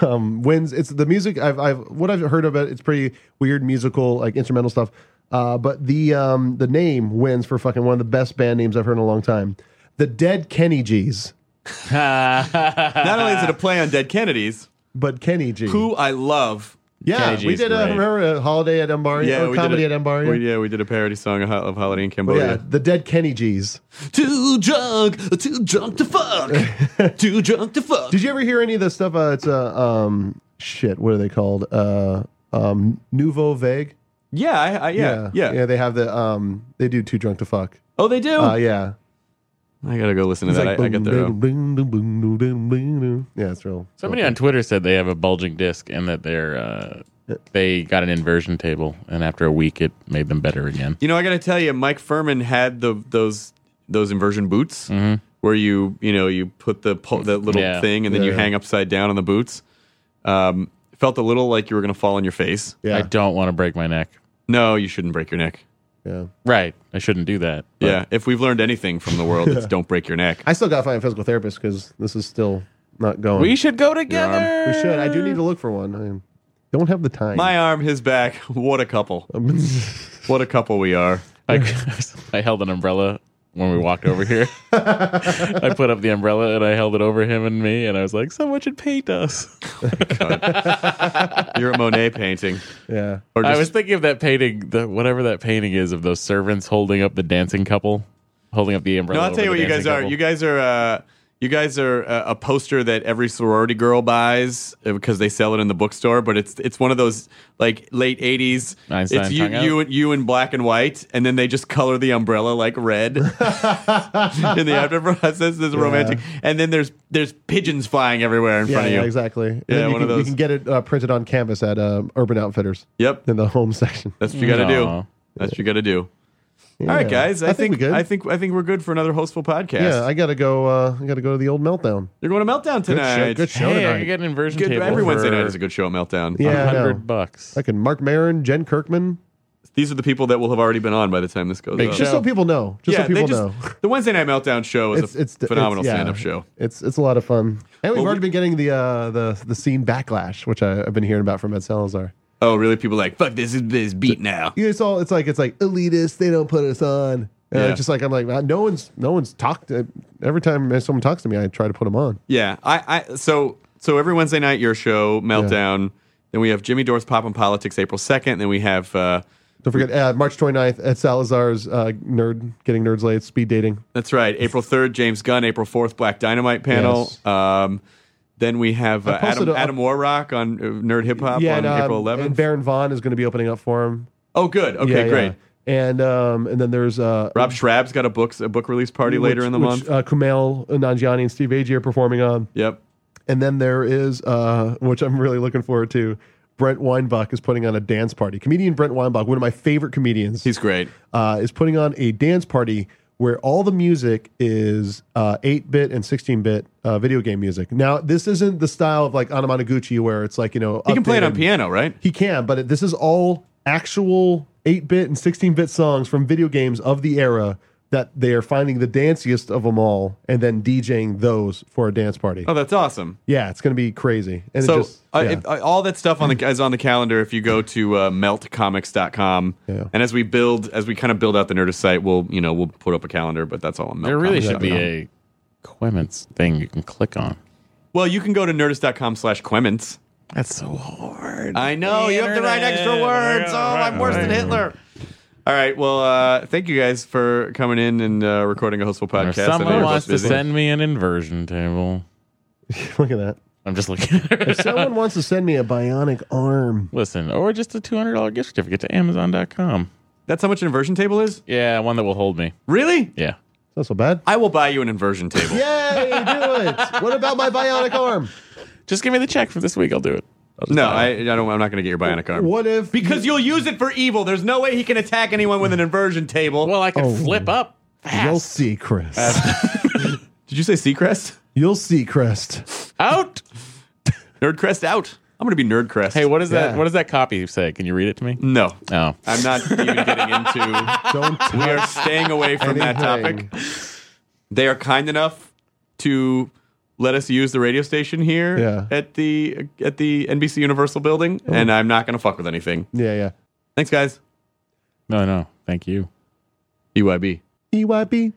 Speaker 5: um, wins. It's the music. I've, I've what I've heard of it. It's pretty weird musical, like instrumental stuff. Uh, but the um, the name wins for fucking one of the best band names I've heard in a long time. The Dead Kenny G's,
Speaker 4: Not only is it a play on Dead Kennedys,
Speaker 5: but Kenny G.
Speaker 4: who I love.
Speaker 5: Yeah,
Speaker 3: Kenny
Speaker 5: we
Speaker 3: G's
Speaker 5: did a
Speaker 3: great.
Speaker 5: remember a holiday at Embark. Yeah,
Speaker 4: we did
Speaker 5: comedy
Speaker 4: a-
Speaker 5: at Embark.
Speaker 4: we- yeah, we did Oh, a parody song of Ho- of Holiday in
Speaker 5: yeah,
Speaker 4: Cambodia.
Speaker 5: the Dead Kenny G's.
Speaker 4: Too drunk, too drunk to fuck, too drunk to fuck.
Speaker 5: Did you ever hear any of the stuff? Uh, it's uh, um shit. What are they called? Uh, um, Nouveau Vague.
Speaker 4: Yeah, I, I, yeah, yeah,
Speaker 5: yeah. They have the um. They do too drunk to fuck.
Speaker 4: Oh, they do.
Speaker 5: Uh, yeah.
Speaker 4: I gotta go listen to
Speaker 5: It's like
Speaker 4: that. I, I get there.
Speaker 5: boom, boom, boom, boom, boom, boom, boom, boom. Yeah, it's real.
Speaker 3: Somebody
Speaker 5: real
Speaker 3: on Twitter said they have a bulging disc and that they're uh, they got an inversion table, and after a week, it made them better again.
Speaker 4: You know, I gotta tell you, Mike Furman had the those those inversion boots where you you know you put the po- that little
Speaker 3: Mm-hmm. Yeah.
Speaker 4: thing and then you
Speaker 5: Yeah.
Speaker 4: hang upside down on the boots. Um, felt a little like you were gonna fall on your face.
Speaker 5: cool. Yeah,
Speaker 3: I don't want to break my neck.
Speaker 4: No, you shouldn't break your neck.
Speaker 5: yeah.
Speaker 3: Right, I shouldn't do that. but-
Speaker 4: yeah, if we've learned anything from the world, it's don't break your neck.
Speaker 5: I still got to find a physical therapist because this is still not going.
Speaker 3: we should go together.
Speaker 5: We should. I do need to look for one. I don't have the time.
Speaker 4: My arm, his back. What a couple! What a couple we are.
Speaker 3: I, I held an umbrella when we walked over here. I put up the umbrella and I held it over him and me, and I was like, "Someone should paint us."
Speaker 4: You're a Monet painting.
Speaker 5: yeah.
Speaker 4: Or
Speaker 3: I
Speaker 4: just-
Speaker 3: was thinking of that painting, the whatever that painting is of those servants holding up the dancing couple, holding up the
Speaker 4: No,
Speaker 3: umbrella.
Speaker 4: I'll tell you
Speaker 3: over
Speaker 4: what
Speaker 3: the
Speaker 4: you guys
Speaker 3: dancing
Speaker 4: are.
Speaker 3: couple.
Speaker 4: You guys are. Uh, you guys are uh, a poster that every sorority girl buys uh, because they sell it in the bookstore. But it's it's one of those like late '80s.
Speaker 3: Einstein
Speaker 4: it's you
Speaker 3: hung out?
Speaker 4: you and- you in black and white, and then they just color the umbrella like red in the after process. This is romantic. And then there's there's pigeons flying everywhere in
Speaker 5: Yeah,
Speaker 4: front of you.
Speaker 5: yeah, exactly. And
Speaker 4: Yeah,
Speaker 5: then you
Speaker 4: one
Speaker 5: can,
Speaker 4: of
Speaker 5: You
Speaker 4: those.
Speaker 5: can get it uh, printed on canvas at um, Urban Outfitters
Speaker 4: Yep,
Speaker 5: in the home section.
Speaker 4: that's what you got to
Speaker 3: Aw.
Speaker 4: do. That's what you got to do. All right,
Speaker 5: Yeah.
Speaker 4: guys. I, think,
Speaker 5: we good.
Speaker 4: I think I think we're good for another hostful podcast.
Speaker 5: yeah, I gotta go. Uh, I gotta go to the old meltdown.
Speaker 4: You're going to meltdown tonight.
Speaker 5: show, good show
Speaker 3: Hey, I
Speaker 5: tonight.
Speaker 3: could get an inversion
Speaker 4: Good-
Speaker 3: table.
Speaker 4: every
Speaker 3: for
Speaker 4: Wednesday night is a good show at Meltdown.
Speaker 5: Yeah, I know.
Speaker 3: hundred bucks.
Speaker 5: I can Mark Maron, Jen Kirkman.
Speaker 4: These are the people that will have already been on by the time this goes
Speaker 3: Big
Speaker 4: up.
Speaker 3: show.
Speaker 5: Just so people know. Just so
Speaker 4: they
Speaker 5: people
Speaker 4: just-
Speaker 5: know.
Speaker 4: The Wednesday Night Meltdown show is a phenomenal
Speaker 5: yeah.
Speaker 4: stand-up show.
Speaker 5: It's it's a lot of fun, and we've
Speaker 4: Well,
Speaker 5: already
Speaker 4: we-
Speaker 5: been getting the uh, the the scene backlash, which I, I've been hearing about from Ed Salazar.
Speaker 4: Oh, really? People are like fuck this is this beat now.
Speaker 5: Yeah, It's all it's like it's like elitist. They don't put us on. And
Speaker 4: Yeah.
Speaker 5: it's just like I'm like no one's no one's talked. to- Every time someone talks to me, I try to put them on.
Speaker 4: Yeah, I, I so so every Wednesday night your show Meltdown. Then we have Jimmy Dore's Pop and Politics April second. Then we have uh,
Speaker 5: Don't forget uh, March 29th at Salazar's uh, nerd getting nerds late speed dating.
Speaker 4: that's right April third James Gunn April fourth Black Dynamite panel.
Speaker 5: Yes.
Speaker 4: Um, then we have uh,
Speaker 5: I posted
Speaker 4: Adam,
Speaker 5: a-
Speaker 4: Adam Warrock on uh, Nerd Hip Hop on
Speaker 5: and,
Speaker 4: April
Speaker 5: um, and
Speaker 4: eleventh.
Speaker 5: Baron Vaughn is going to be opening up for him.
Speaker 4: oh, good. Okay,
Speaker 5: Yeah,
Speaker 4: great.
Speaker 5: yeah. And um, and then there's uh,
Speaker 4: Rob Schraub's got a books a book release party
Speaker 5: which-
Speaker 4: later in the
Speaker 5: which,
Speaker 4: month.
Speaker 5: Uh, Kumail Nanjiani and Steve Agee are performing on.
Speaker 4: yep.
Speaker 5: And then there is, uh, which I'm really looking forward to. Brent Weinbach is putting on a dance party. Comedian Brent Weinbach, one of my favorite comedians,
Speaker 4: He's great.
Speaker 5: uh, is putting on a dance party where all the music is uh, 8-bit and 16-bit uh, video game music. Now, this isn't the style of like Anamanaguchi where it's like, you know...
Speaker 4: He can play it on
Speaker 5: updated.
Speaker 4: piano, right?
Speaker 5: He can, but it, this is all actual 8 bit and 16 bit songs from video games of the era that they are finding the danciest of them all and then DJing those for a dance party.
Speaker 4: Oh, that's awesome.
Speaker 5: Yeah, it's going to be crazy. And
Speaker 4: so
Speaker 5: it just,
Speaker 4: uh,
Speaker 5: yeah.
Speaker 4: if- uh, all that stuff on the is on the calendar if you go to uh, meltcomics.com
Speaker 5: Yeah.
Speaker 4: and as we build as we kind of build out the nerdist site we'll you know we'll put up a calendar but that's all on
Speaker 3: There really should be
Speaker 4: meltcomics.com.
Speaker 3: a Clements thing you can click on.
Speaker 4: well you can go to nerdist.com slash quements
Speaker 3: That's so hard.
Speaker 4: i know you have to write extra words oh i'm worse than hitler all right well uh, thank you guys for coming in and uh, recording a hostful
Speaker 3: Or if
Speaker 4: podcast I know you're
Speaker 3: someone
Speaker 4: both
Speaker 3: wants to
Speaker 4: busy.
Speaker 3: send me an inversion table.
Speaker 5: look at that.
Speaker 3: I'm just looking.
Speaker 5: If someone wants to send me a bionic arm,
Speaker 3: Listen, or just a two hundred dollar gift certificate to Amazon.com.
Speaker 4: that's how much an inversion table is
Speaker 3: Yeah, one that will hold me.
Speaker 4: really
Speaker 3: Yeah.
Speaker 5: it's not so bad.
Speaker 4: i will buy you an inversion table
Speaker 5: Yay, do it. What about my bionic arm?
Speaker 3: Just give me the check for this week. I'll do it. I'll just
Speaker 4: no
Speaker 3: buy
Speaker 4: I,
Speaker 3: it.
Speaker 4: I don't i'm not going to get your bionic arm
Speaker 5: What if
Speaker 4: Because you'll use it for evil. There's no way he can attack anyone with an inversion table.
Speaker 3: well, I can
Speaker 5: Oh.
Speaker 3: flip up.
Speaker 5: you'll
Speaker 3: Fast.
Speaker 5: see Chris.
Speaker 4: Did you say Seacrest?
Speaker 5: You'll see Crest.
Speaker 3: Out.
Speaker 4: Nerdcrest out. I'm going to be Nerdcrest.
Speaker 3: Hey, what is that?
Speaker 5: Yeah.
Speaker 3: What does that copy say? Can you read it to me?
Speaker 4: No.
Speaker 3: Oh,
Speaker 4: I'm not even getting into.
Speaker 5: Don't
Speaker 4: We are staying away from that
Speaker 5: Anything.
Speaker 4: topic. They are kind enough to let us use the radio station here
Speaker 5: Yeah.
Speaker 4: at the at the NBC Universal building, and I'm not gonna fuck with anything.
Speaker 5: Yeah, yeah.
Speaker 4: Thanks, guys.
Speaker 3: No, no. Thank you.
Speaker 4: EYB.
Speaker 5: E EYB.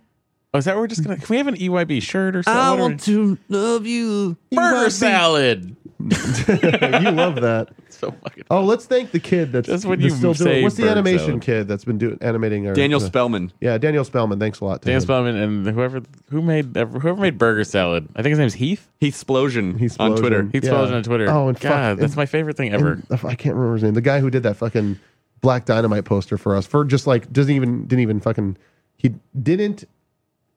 Speaker 3: Oh, is that what we're just gonna? Can we have an EYB shirt or something? What are we-
Speaker 4: to love you.
Speaker 5: E
Speaker 3: burger salad.
Speaker 5: you love that.
Speaker 3: So fucking.
Speaker 5: Oh, let's thank the kid that's,
Speaker 3: That's what
Speaker 5: that's
Speaker 3: you
Speaker 5: still
Speaker 3: say,
Speaker 5: doing. What's the
Speaker 3: Bert
Speaker 5: animation
Speaker 3: Salad.
Speaker 5: kid that's been doing animating our
Speaker 4: Daniel
Speaker 5: the-
Speaker 4: Spellman.
Speaker 5: Yeah, Daniel Spellman. Thanks a lot. To
Speaker 3: Dan
Speaker 5: him.
Speaker 3: Spellman and whoever who made whoever made burger salad. I think his name's Heath.
Speaker 4: Heath Splosion
Speaker 5: Heath
Speaker 4: on Twitter.
Speaker 5: Splosion.
Speaker 3: Heath
Speaker 5: Yeah.
Speaker 3: Spellman on Twitter.
Speaker 5: Oh, and fuck-
Speaker 3: God, that's
Speaker 5: and-
Speaker 3: my favorite thing ever.
Speaker 5: And I can't remember his name. The guy who did that fucking Black Dynamite poster for us for just like doesn't even didn't even fucking he didn't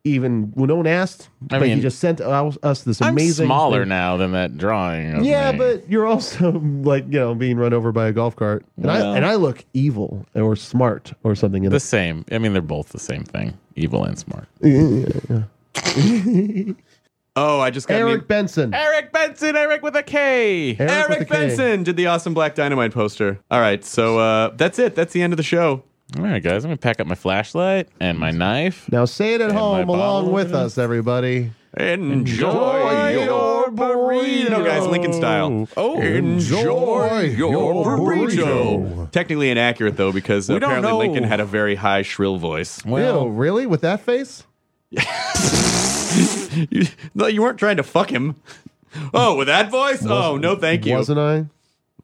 Speaker 5: even well, no one asked.
Speaker 3: I
Speaker 5: but
Speaker 3: mean,
Speaker 5: he just sent us us this
Speaker 3: I'm
Speaker 5: amazing
Speaker 3: smaller
Speaker 5: thing.
Speaker 3: now than that drawing. of
Speaker 5: Yeah,
Speaker 3: me.
Speaker 5: but you're also like you know being run over by a golf cart, and
Speaker 3: Well.
Speaker 5: I and I look evil or smart or something. In
Speaker 3: the
Speaker 5: this,
Speaker 3: same. I mean, they're both the same thing: evil and smart.
Speaker 4: Oh, I just got an
Speaker 5: Eric
Speaker 4: e-
Speaker 5: Benson.
Speaker 3: Eric Benson, Eric with a K.
Speaker 5: with
Speaker 4: Eric
Speaker 5: a K.
Speaker 4: Benson did the awesome Black Dynamite poster. All right, so uh, that's it. That's the end of the show.
Speaker 3: All right, guys, I'm gonna pack up my flashlight and my knife.
Speaker 5: Now say it at
Speaker 3: my
Speaker 5: home
Speaker 3: bottle
Speaker 5: along
Speaker 3: of
Speaker 5: with
Speaker 3: it.
Speaker 5: us, everybody.
Speaker 4: Enjoy your burrito. No, guys, Lincoln style.
Speaker 3: Oh.
Speaker 4: Enjoy your burrito.
Speaker 5: burrito.
Speaker 4: Technically inaccurate, though, because
Speaker 3: don't
Speaker 4: apparently
Speaker 3: know.
Speaker 4: Lincoln had a very high, shrill voice.
Speaker 3: Well,
Speaker 5: Ew, really? With that face?
Speaker 4: you, no, you weren't trying to fuck him. Oh, with that voice? Oh, no, thank you.
Speaker 5: Wasn't I?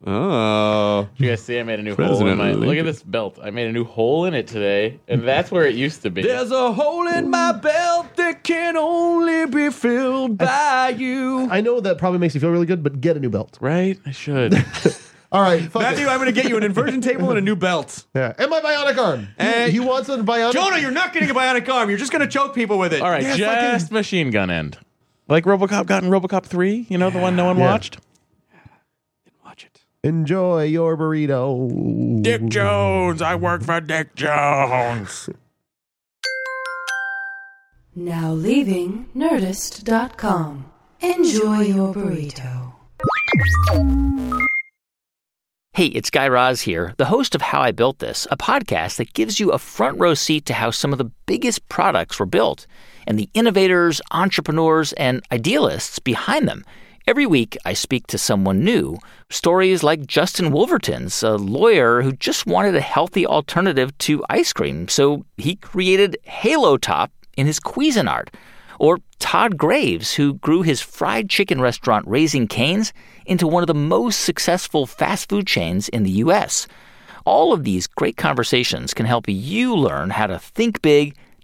Speaker 4: Oh.
Speaker 3: you guys see, I made a new hole in
Speaker 4: President
Speaker 3: my. Look at
Speaker 4: Lincoln.
Speaker 3: this belt. I made a new hole in it today, and that's where it used to be.
Speaker 4: There's a hole in my belt that can only be filled by you.
Speaker 5: I know that probably makes you feel really good, but get a new belt.
Speaker 3: Right? I should.
Speaker 5: All right, fuck it.
Speaker 4: Matthew, I'm going to get you an inversion table and a new belt.
Speaker 5: Yeah. And my bionic arm. He-
Speaker 4: Hey.
Speaker 5: he, wants a bionic.
Speaker 4: Jonah, you're not getting a bionic arm. You're just going to choke people with it.
Speaker 3: All right,
Speaker 4: Yeah,
Speaker 3: just machine gun end. Like RoboCop got in RoboCop 3, you know, the one no one
Speaker 5: Yeah.
Speaker 3: watched?
Speaker 4: fucking watch it.
Speaker 5: Enjoy your burrito.
Speaker 3: Dick Jones. I work for Dick Jones.
Speaker 2: Now leaving Nerdist.com. Enjoy your burrito.
Speaker 7: Hey, it's Guy Raz here, the host of How I Built This, a podcast that gives you a front row seat to how some of the biggest products were built and the innovators, entrepreneurs, and idealists behind them. Every week, I speak to someone new. Stories like Justin Wolverton's, a lawyer who just wanted a healthy alternative to ice cream, so he created Halo Top in his Cuisinart. Or Todd Graves, who grew his fried chicken restaurant Raising Canes into one of the most successful fast food chains in the U.S. All of these great conversations can help you learn how to think big,